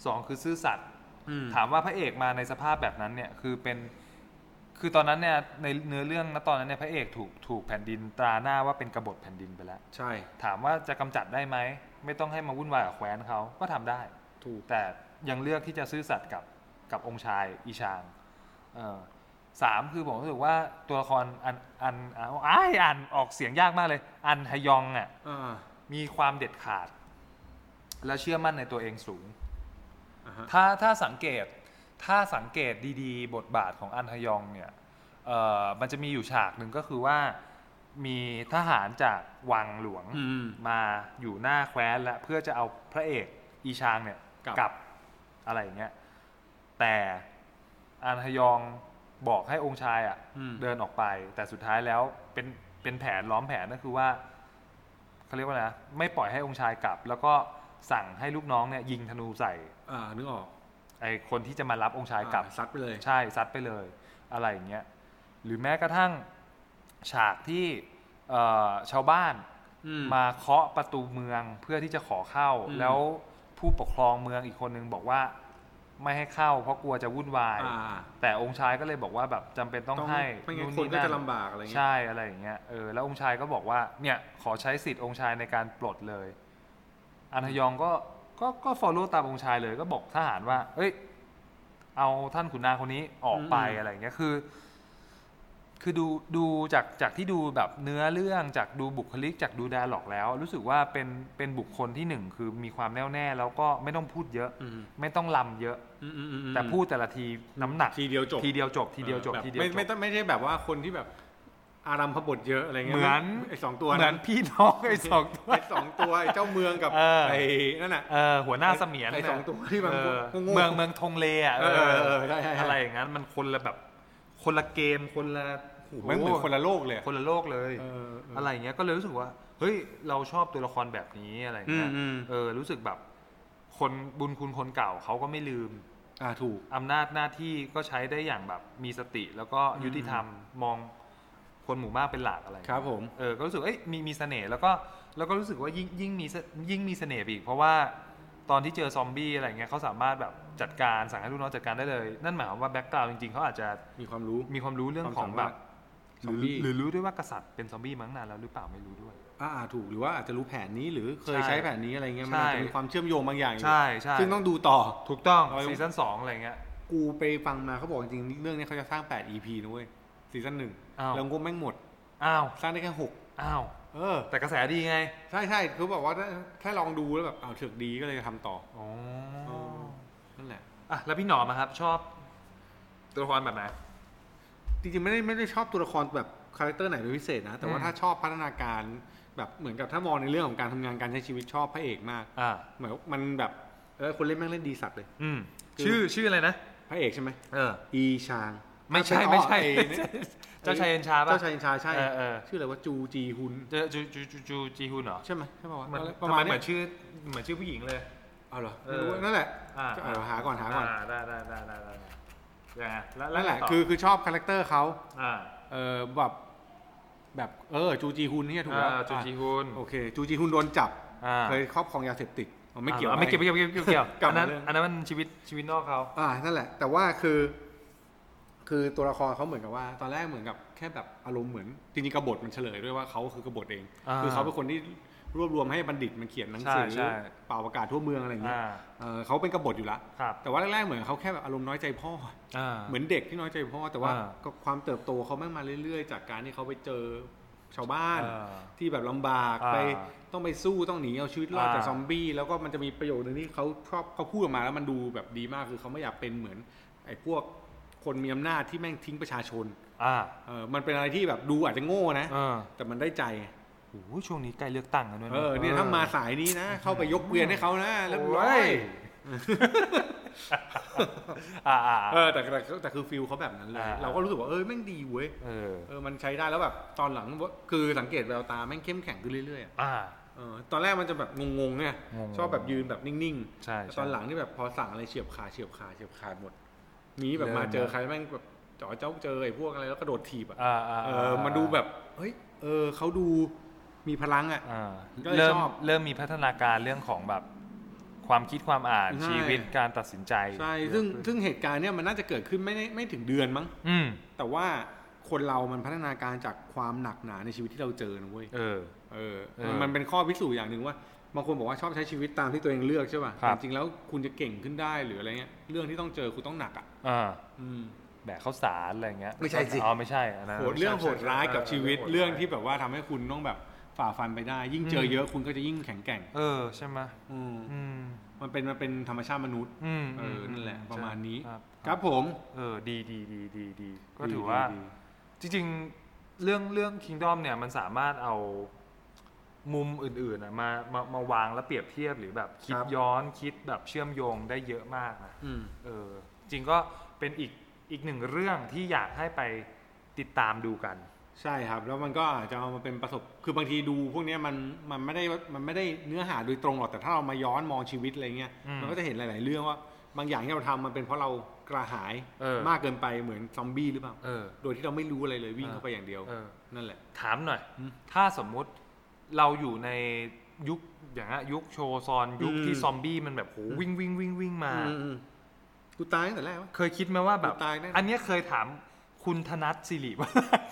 Speaker 1: สองคือซื่อสัตย์
Speaker 2: อืม
Speaker 1: ถามว่าพระเอกมาในสภาพแบบนั้นเนี่ยคือเป็น คือตอนนั้นเนี่ยในเนื้อเรื่องณตอนนั้นเนี่ยพระเอกถูกถูกแผ่นดินตราหน้าว่าเป็นกบฏแผ่นดินไปแล้ว
Speaker 2: ใช่
Speaker 1: ถามว่าจะกำจัดได้ไหม ไม่ต้องให้มาวุ่นวายกับแคว้นเขาก็ทำได้
Speaker 2: ถูก
Speaker 1: แต่ยังเลือกที่จะซื่อสัตย์กับกับองค์ชายอีชางเออสามคือผมรู้สึกว่าตัวละครอันอันอ้าวอ้ายอ่านออกเสียงยากมากเลย อันฮยองอ่ะ
Speaker 2: อ่า
Speaker 1: มีความเด็ดขาด และเชื่อมั่นในตัวเองสูง
Speaker 2: อ่าฮะ
Speaker 1: ถ้าถ้าสังเกตถ้าสังเกตดีๆ บทบาทของอันฮยองเนี่ยเอ่อมันจะมีอยู่ฉากหนึ่งก็คือว่ามีทหารจากวังหลวง
Speaker 2: อืม
Speaker 1: มาอยู่หน้าแคว้นและเพื่อจะเอาพระเอกอีชางเนี่ย
Speaker 2: กลับ
Speaker 1: ลับอะไรอย่างเงี้ยแต่อันฮยองบอกให้องค์ชายอะ่ะเดินออกไป แต่สุดท้ายแล้วเป็นเป็นแผนล้อมแผนก็คือว่า เขาเรียกว่าอะไรนะไม่ปล่อยให้องค์ชายกลับ แล้วก็สั่งให้ลูกน้องเนี่ยยิงธนูใส่
Speaker 2: อ่านึกออก
Speaker 1: ไอ้คนที่จะมารับองค์ชายกลับ
Speaker 2: อ่ซัดไปเลย
Speaker 1: ใช่ซัดไปเลย อะไรอย่างเงี้ยหรือแม้กระทั่งฉากที่เอ่อชาวบ้าน
Speaker 2: อืม
Speaker 1: มาเคาะประตูเมืองเพื่อที่จะขอเข้า
Speaker 2: อืม
Speaker 1: แล้วผู้ปกครองเมืองอีกคนนึงบอกว่าไม่ให้เข้า เพราะกลัวจะวุ่นวาย
Speaker 2: อ่า
Speaker 1: แต่องค์ชายก็เลยบอกว่าแบบจำเป็นต้อง
Speaker 2: ต้อง
Speaker 1: ให้
Speaker 2: ไม่งั้นคนก็จะลำบากอะไรเงี้ย
Speaker 1: ใช่อะไรอย่างเงี้ยเออแล้วองค์ชายก็บอกว่าเนี่ยขอใช้สิทธิ์องค์ชายในการปลดเลย อันฮยองก็ก็ก็ฟอลโล่ตามองค์ชายเลยก็บอกทหารว่า เอ้ย เอาท่านขุนนางคนนี้ออกไป
Speaker 2: อืม
Speaker 1: อะไรอย่างเงี้ยคือ คือดูดูจากจากที่ดูแบบเนื้อเรื่องจากดูบุคลิกจากดูดาล็อกแล้ว รู้สึกว่าเป็นเป็นบุคคลที่หนึ่งคือมีความแน่วแน่ แล้วก็ไม่ต้องพูดเยอะ
Speaker 2: อืม
Speaker 1: ไม่ต้องลำเยอะ
Speaker 2: อืมอืมอืม
Speaker 1: แต่พูดแต่ละทีน้ำหนัก
Speaker 2: ทีเดียวจบ
Speaker 1: ทีเดียวจบทีเดียวจบ
Speaker 2: ออ
Speaker 1: ทีเดียว
Speaker 2: แไม่ไม่
Speaker 1: จ
Speaker 2: ต้อบ งไม่ใช่แบบว่าคนที่แบบอารัมพบทเยอะอะไรเงี้ย
Speaker 1: เหมือน
Speaker 2: ไอ้สองตัว
Speaker 1: เหมื
Speaker 2: นั้
Speaker 1: อน
Speaker 2: น
Speaker 1: พี่น้องไอ้สองตัว
Speaker 2: ไอ้สองตัวไอ้เจ้าเมืองกับ
Speaker 1: เออ
Speaker 2: ไอ้นั่นน่ะ
Speaker 1: เออหัวหน้าเสมียน
Speaker 2: ไอ้
Speaker 1: น่ะ
Speaker 2: สองตัวที่มัน
Speaker 1: เออ
Speaker 2: โง่ๆ
Speaker 1: เมืองเมืองทงเลอ่ะ
Speaker 2: เออเออเออใช่ใช่ใช่
Speaker 1: อะไรอย่างนั้นมันคนละแบบคนละเกมคนละ
Speaker 2: แมันเหมือนคนละโลกเลยอะ
Speaker 1: คนละโลกเลย
Speaker 2: เออเออ
Speaker 1: อะไรอย่างเงี้ยก็เลยรู้สึกว่า เฮ้ยเราชอบตัวละครแบบนี้อะไรเงี้ย
Speaker 2: อืมอืม
Speaker 1: เออรู้สึกแบบ คนบุญคุณคนเก่าเขาก็ไม่ลืม
Speaker 2: อ่าถูก
Speaker 1: อำนาจหน้าที่ก็ใช้ได้อย่างแบบมีสติ แล้วก็ยุติธรรมมองคนหมู่มากเป็นหลักอะไร
Speaker 2: ครับผม
Speaker 1: เออก็รู้สึกเอ้ยมีมีเสน่ห์แล้วก็แล้วก็รู้สึกว่ายิ่งยิ่งมีเสยิ่งมีเสน่ห์ไปอีก เพราะว่าตอนที่เจอซอมบี้อะไรเงี้ยเขาสามารถแบบจัดการสั่งให้ลูกน้องจัดการได้เลย นั่นหมายความว่าแบ็กกราวจริงๆเขาอาจจะ
Speaker 2: มีความรู้
Speaker 1: มีความรู้เรื่องของแบบ
Speaker 2: ค
Speaker 1: ห
Speaker 2: วามสามารถซอ
Speaker 1: รือ
Speaker 2: มบี้
Speaker 1: หรือรู้ด้วยว่ากษัตริย์เป็นซอมบี้มาตั้งนานแล้วหรือเปล่าไม่รู้ด้วย
Speaker 2: อ่าอ่าถูกหรือว่าอาจจะรู้แผนนี้หรือเคย
Speaker 1: ใช่
Speaker 2: ใช้แผนนี้อะไรเงี้ยมัน
Speaker 1: ใช่
Speaker 2: อาจจะมีความเชื่อมโยงบางอย่างอยู่
Speaker 1: ใช่ใช่
Speaker 2: ซึ่งต้องดูต่อ
Speaker 1: ถูกต้อง
Speaker 2: เอาไว้
Speaker 1: ซีซั่นสองอะไรเงี้ย
Speaker 2: กูไปฟังมาเขาบอกจริงๆเรื่องเนี้ยเขาจะสร้าง 8 EP นะเว้ยซีซั่นหนึ่ง
Speaker 1: อ้าว
Speaker 2: แล้วงบแม่งหมด
Speaker 1: อ้าว
Speaker 2: สร้างได้แค่หก
Speaker 1: อ้าว
Speaker 2: เออ
Speaker 1: แต่กระแสดีไง
Speaker 2: ใช่ใช่เขาบอกว่าถ้าแค่ลองดูแล้วแบบเอาวเถือกดีก็เลยทำต่อ
Speaker 1: อ๋อ
Speaker 2: อนั่นแหละ
Speaker 1: อ่ะแล้วพี่หนอมอะครับ ชอบตัวละครแบบไหน
Speaker 2: จริงๆไม่ได้ไม่ได้ชอบตัวละครแบบคาแรคเตอร์ไหนเป็นพิเศษนะ แต่ว่า
Speaker 1: อืม
Speaker 2: ถ้าชอบพัฒนาการแบบเหมือนกับถ้ามองในเรื่องของการทำงานการใช้ชีวิตชอบพระเอกมาก
Speaker 1: อ่า
Speaker 2: เหมือนมันแบบเออคนเล่นแม่งเล่นดีสัตว์เลย
Speaker 1: อืม
Speaker 2: คือ
Speaker 1: ชื่อชื่ออะไรนะ
Speaker 2: พระเอกใช่ไหม
Speaker 1: เออ
Speaker 2: อีชาง
Speaker 1: ไม่ใช่
Speaker 2: อ้อ
Speaker 1: ไม่ใช่
Speaker 2: อ้เนี่ย
Speaker 1: เจ้าชายเอ็นชาป่ะ
Speaker 2: เจ้าชายอินชาใช่
Speaker 1: เออเออ
Speaker 2: ชื่ออะไรว่าจูจีฮุน
Speaker 1: เจอจูจูจูจูจีฮุนเหรอ
Speaker 2: ใช่ไหมใช่ป่าวะ
Speaker 1: เหมือน
Speaker 2: ประมาณ
Speaker 1: ทำไเหมือย น
Speaker 2: เนี้
Speaker 1: ชื่อเหมือนชื่อผู้หญิงเลย
Speaker 2: เอาเหรอ
Speaker 1: เออ
Speaker 2: ไม่รู้นั่นแหละ
Speaker 1: อ่า
Speaker 2: เอาหาก่อนหาก่อน
Speaker 1: ได้ได้ได้ได้ได้ได้ยังไงแล้ว
Speaker 2: นั่นแหละ
Speaker 1: ต่
Speaker 2: คือคือชอบคาแรคเตอร์เขา
Speaker 1: อ่า
Speaker 2: เออแบบแบบเออจูจีฮุนเนี่ยถูกแล้ว
Speaker 1: อ่าจูจีฮุน
Speaker 2: โอเคจูจีฮุนโดนจับ
Speaker 1: อ่า
Speaker 2: เคยครอบครองยาเสพติดอ๋อไม่เกี่ยว
Speaker 1: อ่าไม่เกี่ยวไม่เกี่ยวไม่เกี่ยวไม่เกี่ยว
Speaker 2: กลับ
Speaker 1: อันนั้น
Speaker 2: มาเรื่อง
Speaker 1: อันนั้นมันชีวิตชีวิตนอกเขา
Speaker 2: อ่านั่นแหละ แต่ว่าคือ คือตัวละครเขาเหมือนกับว่า ตอนแรกเหมือนกับแค่แบบอารมณ์เหมือนจริงๆกบฏมันเฉลยด้วยว่าเขาคือกบฏเอง
Speaker 1: อ่า
Speaker 2: คือเขาเป็นคนที่รวบรวมให้บัณฑิตมันเขียนหนังสือ
Speaker 1: ใช่ใช่
Speaker 2: เป่าประกาศทั่วเมืองอะไรอย่างเงี้ย
Speaker 1: อ่า
Speaker 2: เออเขาเป็นกบฏอยู่ละ
Speaker 1: ครับ
Speaker 2: แต่ว่าแรกๆเหมือนเขาแค่แบบอารมณ์น้อยใจพ่อ
Speaker 1: อ่า
Speaker 2: เหมือนเด็กที่น้อยใจพ่อ แต่ว่า
Speaker 1: อ่า
Speaker 2: ก็ความเติบโตเขาแม่งมาเรื่อยๆ จากการที่เขาไปเจอชาวบ้าน
Speaker 1: อ่า
Speaker 2: ที่แบบลำบาก
Speaker 1: อ่า
Speaker 2: ไปต้องไปสู้ต้องหนีเอาชีวิตรอด
Speaker 1: อ่า
Speaker 2: จากซอมบี้แล้วก็มันจะมีประโยคนึงที่เขาชอบเขาพูดออกมาแล้วมันดูแบบดีมากคือเขาไม่อยากเป็นเหมือน ไอ้พวกคนมีอำนาจที่แม่งทิ้งประชาชน
Speaker 1: อ่า
Speaker 2: เออมันเป็นอะไรที่แบบดูอาจจะโง่นะ
Speaker 1: เออ
Speaker 2: แต่มันได้ใจ
Speaker 1: โอ้โหช่วงนี้ใกล้เลือกตั้งกันด้วยะ
Speaker 2: เออเนี่ยถ้ามาสายนี้นะ เข้าไปยกเกวียนให้เขานะเรียบร้อ
Speaker 1: โ
Speaker 2: ย
Speaker 1: อ่าอ่า
Speaker 2: เออแต่แต่แต่คือฟิลเขาแบบนั้นเลย
Speaker 1: อ่า
Speaker 2: เราก็รู้สึกว่าเออแม่งดีเว้ย
Speaker 1: เออ
Speaker 2: เออมันใช้ได้แล้วแบบตอนหลังคือสังเกตแววตาแม่งเข้มแข็งขึ้นเรื่อยๆอะ
Speaker 1: อ่า
Speaker 2: เออตอนแรกมันจะแบบงงๆเนี่ย
Speaker 1: งงๆ
Speaker 2: ชอบแบบยืนแบบนิ่ง
Speaker 1: ใช่
Speaker 2: ๆแต่ตอนหลังนี่แบบพอสั่งอะไรเฉียบขาดเฉียบขาดเฉียบขาดหมดมีแบบมา
Speaker 1: เริ่ม
Speaker 2: เจอใครแม่งแบบจ่อเจ้าเจอไอ้พวกอะไรแล้วกระโดดถีบอ่ะ
Speaker 1: อ่าอ่า
Speaker 2: เออมาดูแบบเฮ้ยเออเขาดูมีพลังอ่ะ
Speaker 1: อ่า
Speaker 2: ก็เลย
Speaker 1: เริ่ม
Speaker 2: ชอบ
Speaker 1: เริ่มมีพัฒนาการเรื่องของแบบความคิดความอ่าน
Speaker 2: ใช่
Speaker 1: ชีวิตการตัดสินใจ
Speaker 2: ใช่ซึ่ง
Speaker 1: เยอะขึ้น
Speaker 2: ซึ่งเหตุการณ์เนี่ยมันน่าจะเกิดขึ้นไม่ได้ไม่ถึงเดือนมั้ง
Speaker 1: อืม
Speaker 2: แต่ว่าคนเรามันพัฒนาการจากความหนักหนาในชีวิตที่เราเจอนะเว้ย
Speaker 1: เออ
Speaker 2: เออ
Speaker 1: เออ
Speaker 2: มันเป็นข้อพิสูจน์อย่างหนึ่งว่าบางคนบอกว่าชอบใช้ชีวิตตามที่ตัวเองเลือกใช่ป่ะ
Speaker 1: ครับ
Speaker 2: แต่จริงๆแล้วคุณจะเก่งขึ้นได้หรืออะไรเงี้ยเรื่องที่ต้องเจอคุณต้องหนักอ่ะ
Speaker 1: อ่า
Speaker 2: อืม
Speaker 1: แบกข้าวสารอะไรเงี้ย
Speaker 2: ไม่ใช่สิ
Speaker 1: อ๋อไม่ใช่อันนั้น
Speaker 2: โหดเรื่องโหดร้ายกับชีวิต
Speaker 1: โหด
Speaker 2: เรื่องที่แบบว่าทำให้คุณต้องแบบฝ่าฟันไปได้ ยิ่งเจอเยอะคุณก็จะยิ่งแข็งแกร่ง
Speaker 1: เออใช่ไหม
Speaker 2: อืม
Speaker 1: อืม
Speaker 2: มันเป็นมันเป็นธรรมชาติมนุษย์
Speaker 1: อืม
Speaker 2: เออนั่นแหละ
Speaker 1: ใช่
Speaker 2: ประมาณนี้
Speaker 1: ครับ
Speaker 2: ครับผม
Speaker 1: เออดีดีดีดีดีก็
Speaker 2: ดี
Speaker 1: ถือว่า
Speaker 2: ดีดี
Speaker 1: จริงๆ เรื่องเรื่อง Kingdom เนี่ยมันสามารถเอามุมอื่นๆอะมามามาวางแล้วเปรียบเทียบหรือแบบคิด
Speaker 2: ครับ
Speaker 1: ย้อนคิดแบบเชื่อมโยงได้เยอะมากนะ
Speaker 2: อืม
Speaker 1: เออจริงก็เป็นอีกอีกหนึ่งเรื่องที่อยากให้ไปติดตามดูกัน
Speaker 2: ใช่ครับ แล้วมันก็อาจจะเอามาเป็นประสบคือบางทีดูพวกเนี้ยมันมันไม่ได้มันไม่ได้เนื้อหาโดยตรงหรอกแต่ถ้าเรามาย้อนมองชีวิตอะไรเงี้ย
Speaker 1: อืม
Speaker 2: มันก็จะเห็นหลาย ๆ เรื่องว่าบางอย่างที่เราทำมันเป็นเพราะเรากระหาย
Speaker 1: เออ
Speaker 2: มากเกินไปเหมือนซอมบี้หรือเปล่า
Speaker 1: เออ
Speaker 2: โดยที่เราไม่รู้อะไรเลยวิ่ง
Speaker 1: เออ
Speaker 2: เข้าไปอย่างเดียว
Speaker 1: เออ
Speaker 2: นั่นแหละ
Speaker 1: ถามหน่อย
Speaker 2: อืม
Speaker 1: ถ้าสมมุติเราอยู่ในยุคอย่างเงี้ยยุคโชซอนยุคที่
Speaker 2: อืม
Speaker 1: ซอมบี้มันแบบโหวิ่งวิ่งวิ่งวิ่งมา
Speaker 2: อืมอืมกูตายตั้งแต่แรกวะ
Speaker 1: เคยคิดไหมว่าแบบ
Speaker 2: กูตายแน่
Speaker 1: อันเนี้ยเคยถามคุณธนัทสิริว่า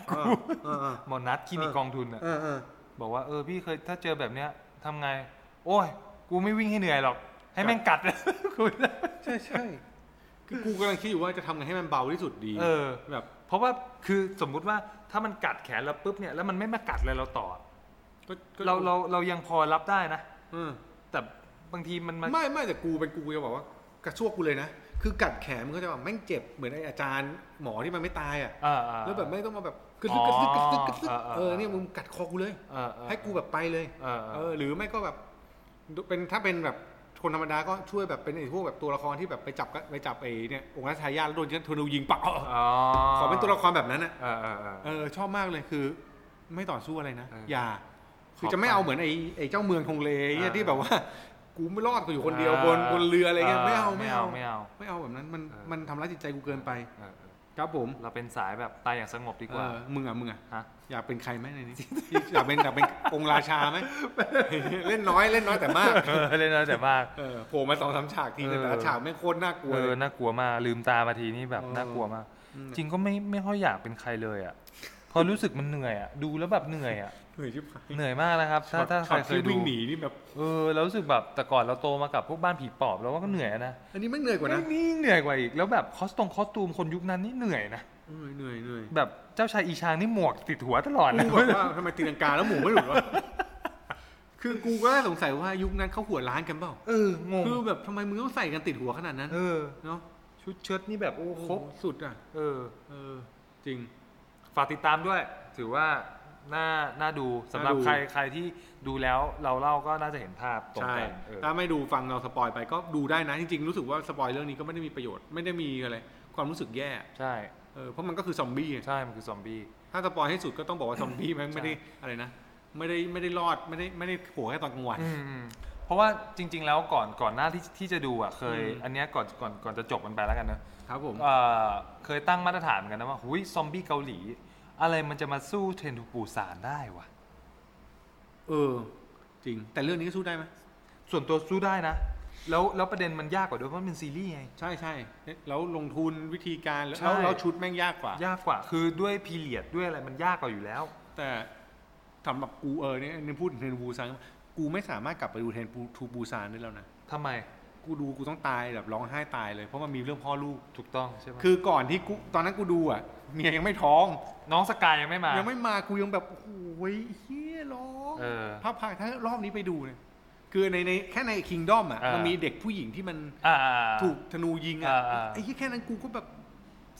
Speaker 2: เออเออ
Speaker 1: หมอนัดคลินิกกองทุนอะ
Speaker 2: เออเออ
Speaker 1: บอกว่าเออพี่เคยถ้าเจอแบบเนี้ยทำไง โอ้ย กูไม่วิ่งให้เหนื่อยหรอก ให้แม่งกัด กู
Speaker 2: ใช่ใช่คือกูกำลังคิดอยู่ว่าจะทำไงให้มันเบาที่สุดดี
Speaker 1: เออ
Speaker 2: แบบ
Speaker 1: เพราะว่าคือสมมุติว่าถ้ามันกัดแขนเราปุ๊บเนี่ยแล้วมันไม่มากัดอะไรเราต่อ
Speaker 2: ก็ก็
Speaker 1: เราเราเรายังพอรับได้นะ
Speaker 2: เออ
Speaker 1: แต่บางทีมันมา
Speaker 2: ไม่ไม่แต่กูเป็นกูกูจะบอกว่ากระชวกกูเลยนะ คือกัดแขนมันก็จะแบบแม่งเจ็บเหมือนไออาจารย์หมอที่มันไม่ตายอ่ะ
Speaker 1: อ่าอ่า
Speaker 2: แล้วแบบไม่ต้องมาแบบกระซึกกระซึกกระซึกกระซึก
Speaker 1: อ๋อเออเออ
Speaker 2: เออเนี่ยมึงกัดคอกูเลย
Speaker 1: เออเออ
Speaker 2: ให้กูแบบไปเลย
Speaker 1: เออเอ
Speaker 2: เอ
Speaker 1: อ
Speaker 2: อหรือไม่ก็แบบเป็นถ้าเป็นแบบคนธรรมดาก็ช่วยแบบเป็นไอ้พวกแบบตัวละครที่แบบไปจับก็ไปจับไอ้เนี่ยองค์รัชทายาทแล้วโดนเชนธนูยิงปัก
Speaker 1: อ๋อ
Speaker 2: ขอเป็นตัวละครแบบนั้นอ่ะ
Speaker 1: เออเออเออ
Speaker 2: เออชอบมากเลยคือ ไม่ต่อสู้อะไรนะ
Speaker 1: เออ
Speaker 2: อ
Speaker 1: อ
Speaker 2: ย่า คือจะไม่เอาเหมือนไอ้ไอ้เจ้าเมืองทงเลเนี่ย
Speaker 1: อ่า
Speaker 2: ที่แบบว่า กูไม่รอดกูอยู่คนเดียวบนบนเรืออะไรเงี้ยไม่เอาไม่เอา
Speaker 1: ไม่เอา
Speaker 2: ไม่เอาแบบนั้นมัน
Speaker 1: เออ
Speaker 2: มันทำร้ายจิตใจกูเกินไป
Speaker 1: เออเออ
Speaker 2: ครับผม
Speaker 1: เราเป็นสายแบบตายอย่างสงบดีกว่า
Speaker 2: เออมึงอ่ะมึงอ่ะ
Speaker 1: ฮะ
Speaker 2: อยากเป็นใครไหมในนี้ อยากเป็นอยากเป็นองค์ราชาไหม เล่นน้อยเล่นน้อยแต่มาก
Speaker 1: เออเล่นน้อยแต่มาก
Speaker 2: เออโผล่มาสองสามฉากทีแต่ละ
Speaker 1: เออ
Speaker 2: ฉากแม่งโคตรน่ากลัว
Speaker 1: เอ
Speaker 2: เล
Speaker 1: อย น่ากลัวมากลืมตามาทีนี่แบบ
Speaker 2: เออ
Speaker 1: น่ากลัวมาก จริงก็ไม่ไม่ค่อยอยากเป็นใครเลย อ่ะเพอรู้สึกมันเหนื่อยอ่ะดูแล้วแบบเหนื่อยอ่ะ
Speaker 2: เหนื่อยชิบหาย
Speaker 1: เหนื่อยมากนะครับ ถ้าถ้าใค
Speaker 2: ช็อ
Speaker 1: ร
Speaker 2: ต
Speaker 1: เค
Speaker 2: ที่
Speaker 1: ยดู
Speaker 2: วิ่งหนีนี่แบบ
Speaker 1: เออเรารู้สึกแบบแต่ก่อนเราโตมากับพวกบ้านผีปอบเราว่าก็เหนื่อยนะ
Speaker 2: อันนี้ไม่งเหนื่อยกว่านะ
Speaker 1: นี่เหนื่อยกว่าอีกแล้วแบบคอสตงคอสตูมคนยุคนั้นนี่เหนื่อยนะ
Speaker 2: เออเหนื่อยเหนื่อย
Speaker 1: แบบเจ้าชายอีชางนี่หมวกติดหัวตลอด
Speaker 2: กู
Speaker 1: นะ
Speaker 2: บอกว่าทำไมตีลังกาแล้วหมูไม่หลุดวะคือกูก็สงสัยว่ายุคนั้นเขาหัวล้านกันเปล่า
Speaker 1: เอองง
Speaker 2: คือแบบทำไมมึงต้องใส่กันติดหัวขนาดนั้น
Speaker 1: เออ
Speaker 2: เนาะ
Speaker 1: ชุดเชิ้ตนี่แบบโอ้
Speaker 2: โอ้โห
Speaker 1: ครบ
Speaker 2: สุดอ่ะ
Speaker 1: เออ
Speaker 2: เออ จริง
Speaker 1: ฝากติดตามด้วย ถือว่าน่าน่าดูสำหรับ
Speaker 2: น่าดู
Speaker 1: ใครใครที่ดูแล้วเราเล่าก็น่าจะเห็นภาพตรง
Speaker 2: ใช่
Speaker 1: กันเออ
Speaker 2: ถ้าไม่ดูฟังเราสปอยไปก็ดูได้นะ จริงๆรู้สึกว่าสปอยเรื่องนี้ก็ไม่ได้มีประโยชน์ไม่ได้มีอะไรความรู้สึกแย่
Speaker 1: ใช่
Speaker 2: เออเพราะมันก็คือซอมบี้ไง
Speaker 1: ใช่มันคือซอมบี้
Speaker 2: ถ้าสปอยให้สุดก็ต้องบอกว่าซอมบี้แม่ง
Speaker 1: ใช่
Speaker 2: ไม่ได้อะไรนะ ไม่ได้ไม่ได้รอดไม่ได้ไม่ได้โผล่แค่ตอนกลางวัน
Speaker 1: อืมเพราะว่าจริง ๆ แล้วก่อนก่อนหน้าที่ที่จะดูอ่ะเคย
Speaker 2: อืม
Speaker 1: อันเนี้ยก่อนก่อนก่อนจะจบมันไปแล้วกันเนอะ
Speaker 2: ครับผม
Speaker 1: เอ่อเคยตั้งมาตรฐานเหมือนกันนะว่าหุยซอมบี้เกาหลี อะไรมันจะมาสู้เทรนทูปูซานได้วะ
Speaker 2: เออ จริง แต่เรื่องนี้ก็สู้ได้ไหม
Speaker 1: ส่วนตัวสู้ได้นะ แล้วแล้วประเด็นมันยากกว่าด้วยเพราะมันเป็นซีรีส์ไง
Speaker 2: ใช่ใช่แล้วลงทุนวิธีการแล้ว
Speaker 1: ใช่
Speaker 2: แล้วแล้วชุดแม่งยากกว่า
Speaker 1: ยากกว่าคือด้วยพีเรียดด้วยอะไรมันยากกว่าอยู่แล้ว
Speaker 2: แต่สำหรับกูเออเนี่ยเนี่ยพูดถึงเทรนบูซานกูไม่สามารถกลับไปดูเทรนทูบูซานได้แล้วนะ
Speaker 1: ทำไม
Speaker 2: กูดูกูต้องตายแบบร้องไห้ตายเลย เพราะมันมีเรื่องพ่อลูก
Speaker 1: ถูกต้องใช่ไหม
Speaker 2: คือก่อนที่กูตอนนั้นกูดูอ่ะเมียยังไม่ท้อง
Speaker 1: น้องสกายยังไม่มาย
Speaker 2: ยังไม่มากูยังแบบโอ้ยเฮียร้อง
Speaker 1: เออ
Speaker 2: ภาพภาคถ้ารอบนี้ไปดูเนี่ยคือในในแค่ในคิงด้อมอ่ะ
Speaker 1: เออ
Speaker 2: มันมีเด็กผู้หญิงที่มัน
Speaker 1: อ่า
Speaker 2: ถูกธนูยิงอ่ะ
Speaker 1: เออเออ
Speaker 2: ไอ้เหียแค่นั้นกูก็แบบ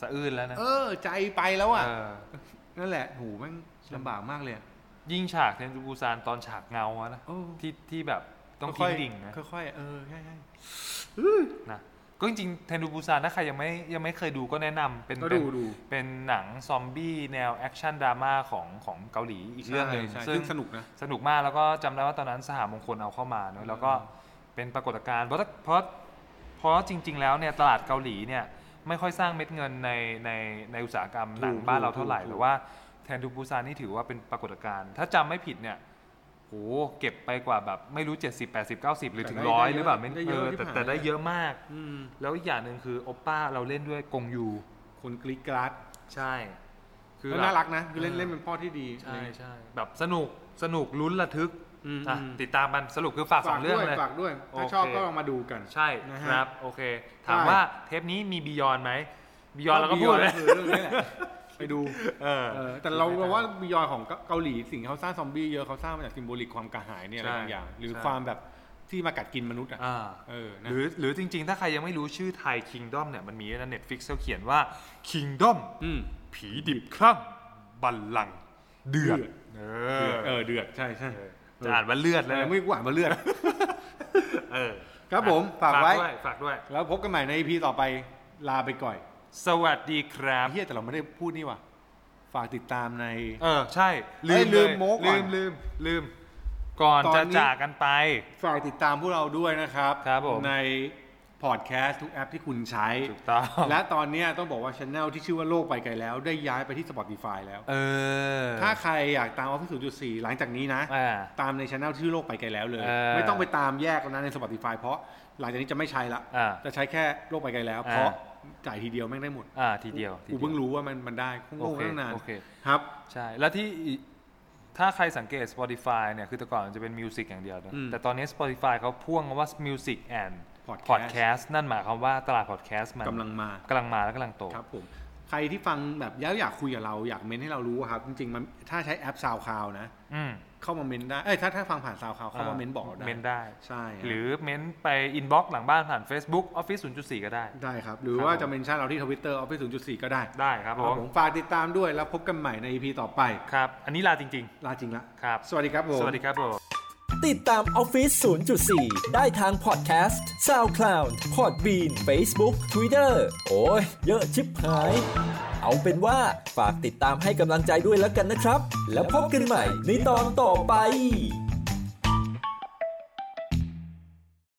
Speaker 1: สะอื้นแล้วนะ
Speaker 2: เออใจไปแล้วอ่ะ
Speaker 1: เออ
Speaker 2: นั่นแหละโหแม่งลำบากมากเลยอะ
Speaker 1: ยิ่งฉากเทนจูบูซานตอนฉากเงาอะนะ
Speaker 2: โอ้
Speaker 1: ที่ที่แบบต้อง
Speaker 2: ค่
Speaker 1: ทิ้
Speaker 2: ย
Speaker 1: ง
Speaker 2: ๆ
Speaker 1: ดิ่งนะ
Speaker 2: ค่อยๆเออใช่ใช่
Speaker 1: นะก็จริงๆเทนจูบูซานถ้าใครยังไม่ยังไม่เคยดูก็แนะนำเป็น
Speaker 2: ก็
Speaker 1: เป็น
Speaker 2: ดูดู
Speaker 1: เป็นหนังซอมบี้แนวแอคชั่นดราม่าของของเกาหลีอีกเรื่องหนึ่ง
Speaker 2: ใช่ใช่
Speaker 1: ซึ่ง
Speaker 2: ซึ่งสนุกนะ
Speaker 1: สนุกมากแล้วก็จำได้ว่าตอนนั้นสหมงคลเอาเข้ามาเนอะแล้วก็เป็นปรากฏการณ์เพราะเพราะเพราะจริง ๆ แล้วเนี่ยตลาดเกาหลีเนี่ยไม่ค่อยสร้างเม็ดเงินในในในอุตสาหกรรมหนัง
Speaker 2: ถูก
Speaker 1: บ้านเราเท่าไหร่
Speaker 2: ถูก
Speaker 1: แต่ว่า แทนทูปูซานนี่ถือว่าเป็นปรากฏการณ์ ถ้าจำไม่ผิดเนี่ยโหเก็บไปกว่าแบบไม่รู้ 70 80 90 หรือถึง
Speaker 2: แต่ได้
Speaker 1: ร้อย
Speaker 2: ได้
Speaker 1: หรือแบบไม่
Speaker 2: ได้
Speaker 1: เอ
Speaker 2: เยอะ
Speaker 1: อ
Speaker 2: ที่
Speaker 1: แต่
Speaker 2: ผ่าน
Speaker 1: แต่ได้เยอะมาก
Speaker 2: อืม
Speaker 1: แล้วอีกอย่างหนึ่งคือโอปป้าเราเล่นด้วยกงยู
Speaker 2: คนกรีดกราด
Speaker 1: ใช่ คือ
Speaker 2: แล้ว
Speaker 1: แบบ
Speaker 2: น่ารักนะคือเล่นเล่นเป็นพ่อที่ดี
Speaker 1: ใช่
Speaker 2: อะไรเงี้ย
Speaker 1: ใช่แบบสนุกสนุกลุ้นระทึก
Speaker 2: อืม
Speaker 1: อ่ะ
Speaker 2: อืม
Speaker 1: ติดตามมันสรุปคือฝากสองเรื่อง
Speaker 2: ด้วย
Speaker 1: เลย
Speaker 2: ฝากด้วย
Speaker 1: โอเค
Speaker 2: ถ้าชอบก็ลองมาดูกัน
Speaker 1: ใช่
Speaker 2: นะ
Speaker 1: ค
Speaker 2: ฮะ
Speaker 1: รับโอเค ถาม
Speaker 2: ได้
Speaker 1: ว่าเทปนี้มีบิยอนไหมบิยอนเราก็พูด
Speaker 2: เล
Speaker 1: เลย ย
Speaker 2: คือเรื่องนี้แหละไปดู
Speaker 1: เออ
Speaker 2: เออแต่เราเราว่าบิยอนของเกาหลีสิ่งที่เขาสร้างซอมบี้เยอะเขาสร้างมาจากซิมโบลิกความกระหายเนี่ยอะไร
Speaker 1: ใช่
Speaker 2: บางอย่าง หรือ
Speaker 1: ใช่
Speaker 2: ความแบบที่มากัดกินมนุษย์อ่ะ
Speaker 1: อ่า
Speaker 2: เออ
Speaker 1: ห
Speaker 2: นะ
Speaker 1: รือหรือจริงๆ ถ้าใครยังไม่รู้ชื่อไทย Kingdom เนี่ยมันมีนะ Netflix เขาเขียนว่า Kingdom
Speaker 2: อืม
Speaker 1: ผีดิบคลั่งบัลลังก์เดือด
Speaker 2: เดือด
Speaker 1: เออ
Speaker 2: เดือดเออเดือดใช่ใช่
Speaker 1: จะอ่านว่าเลือด
Speaker 2: เอ
Speaker 1: เลย
Speaker 2: อไม่กว่ามาเลือด
Speaker 1: เออ
Speaker 2: ครับผมฝากไว้
Speaker 1: ด้วยฝากด้วย
Speaker 2: แล้วพบกันใหม่ใน EP ต่อไปลาไปก่อน
Speaker 1: สวัสดีครับ
Speaker 2: เฮียแต่เราไม่ได้พูดนี่ว่ะฝากติดตามใน
Speaker 1: เออ ใช่ลื
Speaker 2: เอ้
Speaker 1: ม
Speaker 2: ยลืม
Speaker 1: เลย
Speaker 2: โม้ก่
Speaker 1: ลื
Speaker 2: อน
Speaker 1: มลืมลืม ก่อน
Speaker 2: ตอน
Speaker 1: จะ
Speaker 2: นี้
Speaker 1: จากกันไป
Speaker 2: ฝากติดตามพวกเราด้วยนะครับ
Speaker 1: ครับผม
Speaker 2: ในพอดแคสต์ทุกแอปที่คุณใช้
Speaker 1: ถูกต้อง
Speaker 2: และตอนเนี้ยต้องบอกว่าช anel ที่ชื่อว่าโลกไปไกลแล้ว ได้ย้ายไปที่ Spotify แล้ว
Speaker 1: เออ
Speaker 2: ถ้าใครอยากตามออฟฟิศ0.4 หลังจากนี้นะ
Speaker 1: อ่า
Speaker 2: ตามในช anel ชื่อโลกไปไกลแล้วเลย
Speaker 1: เออ
Speaker 2: ไม่ต้องไปตามแยกแล้วนะใน Spotify เพราะหลังจากนี้จะไม่ใช้ละ
Speaker 1: อ่า
Speaker 2: จะใช้แค่โลกไปไกลแล้ว
Speaker 1: อ่า
Speaker 2: เพราะจ่ายทีเดียวแม่งได้หมด
Speaker 1: อ่าทีเดียวทีดี
Speaker 2: กู
Speaker 1: ยว
Speaker 2: เพิ่งรู้ว่ามันมันได้คง
Speaker 1: โอง
Speaker 2: ง
Speaker 1: เค
Speaker 2: ตั้งนาน
Speaker 1: โอเค
Speaker 2: ครับ
Speaker 1: ใช่ แล้วที่อีถ้าใครสังเกต Spotify เนี่ย คือแต่ก่อนมันจะเป็นมิวสิกอย่างเดียวนะ
Speaker 2: อืม
Speaker 1: แต่ตอนนี้ Spotify เขาพ่วงคำว่า Music and
Speaker 2: Podcast
Speaker 1: Podcast นั่นหมายความว่าตลาด Podcast มัน
Speaker 2: กำลังมาก
Speaker 1: ำลังมาและกำลังโต
Speaker 2: ครับผม ใครที่ฟังแบบแล้วอยากคุยกับเราอยากเม้นให้เรารู้อะครับ จริงๆมันถ้าใช้แอปซาวคลาวนะ
Speaker 1: อืม
Speaker 2: เข้ามาเม้นได้เอ้ยถ้าถ้าฟังผ่านซาวคลาวเข้ามาเม้นบอกเราได้
Speaker 1: เมนได้
Speaker 2: ใช่ฮะ
Speaker 1: หรือเม้นไป Inbox หลังบ้านผ่าน Facebook Office 0.4 ก็ได้
Speaker 2: ได้ครับ หรือ
Speaker 1: ครับ
Speaker 2: ว่า
Speaker 1: ผม
Speaker 2: จะเมนชั่นเราที่ทวิตเตอร์ออฟฟิศ0.4 ก็ได้
Speaker 1: ได้ครับผม
Speaker 2: ฝากติดตามด้วยแล้วพบกันใหม่ใน EP ต่อไป
Speaker 1: ครับ อันนี้ลาจริง
Speaker 2: ลาจริงละ
Speaker 1: ๆ ครับ
Speaker 2: สวัสดีครับผม
Speaker 1: สวัสดีครับผม
Speaker 3: ติดตาม Office 0.4 ได้ทางพอดแคสต์ SoundCloud Podbean Facebook Twitter โอ้ย เยอะชิบหาย เอาเป็นว่าฝากติดตามให้กำลังใจด้วยแล้วกันนะครับ แล้วพบกันใหม่ในตอนต่อไป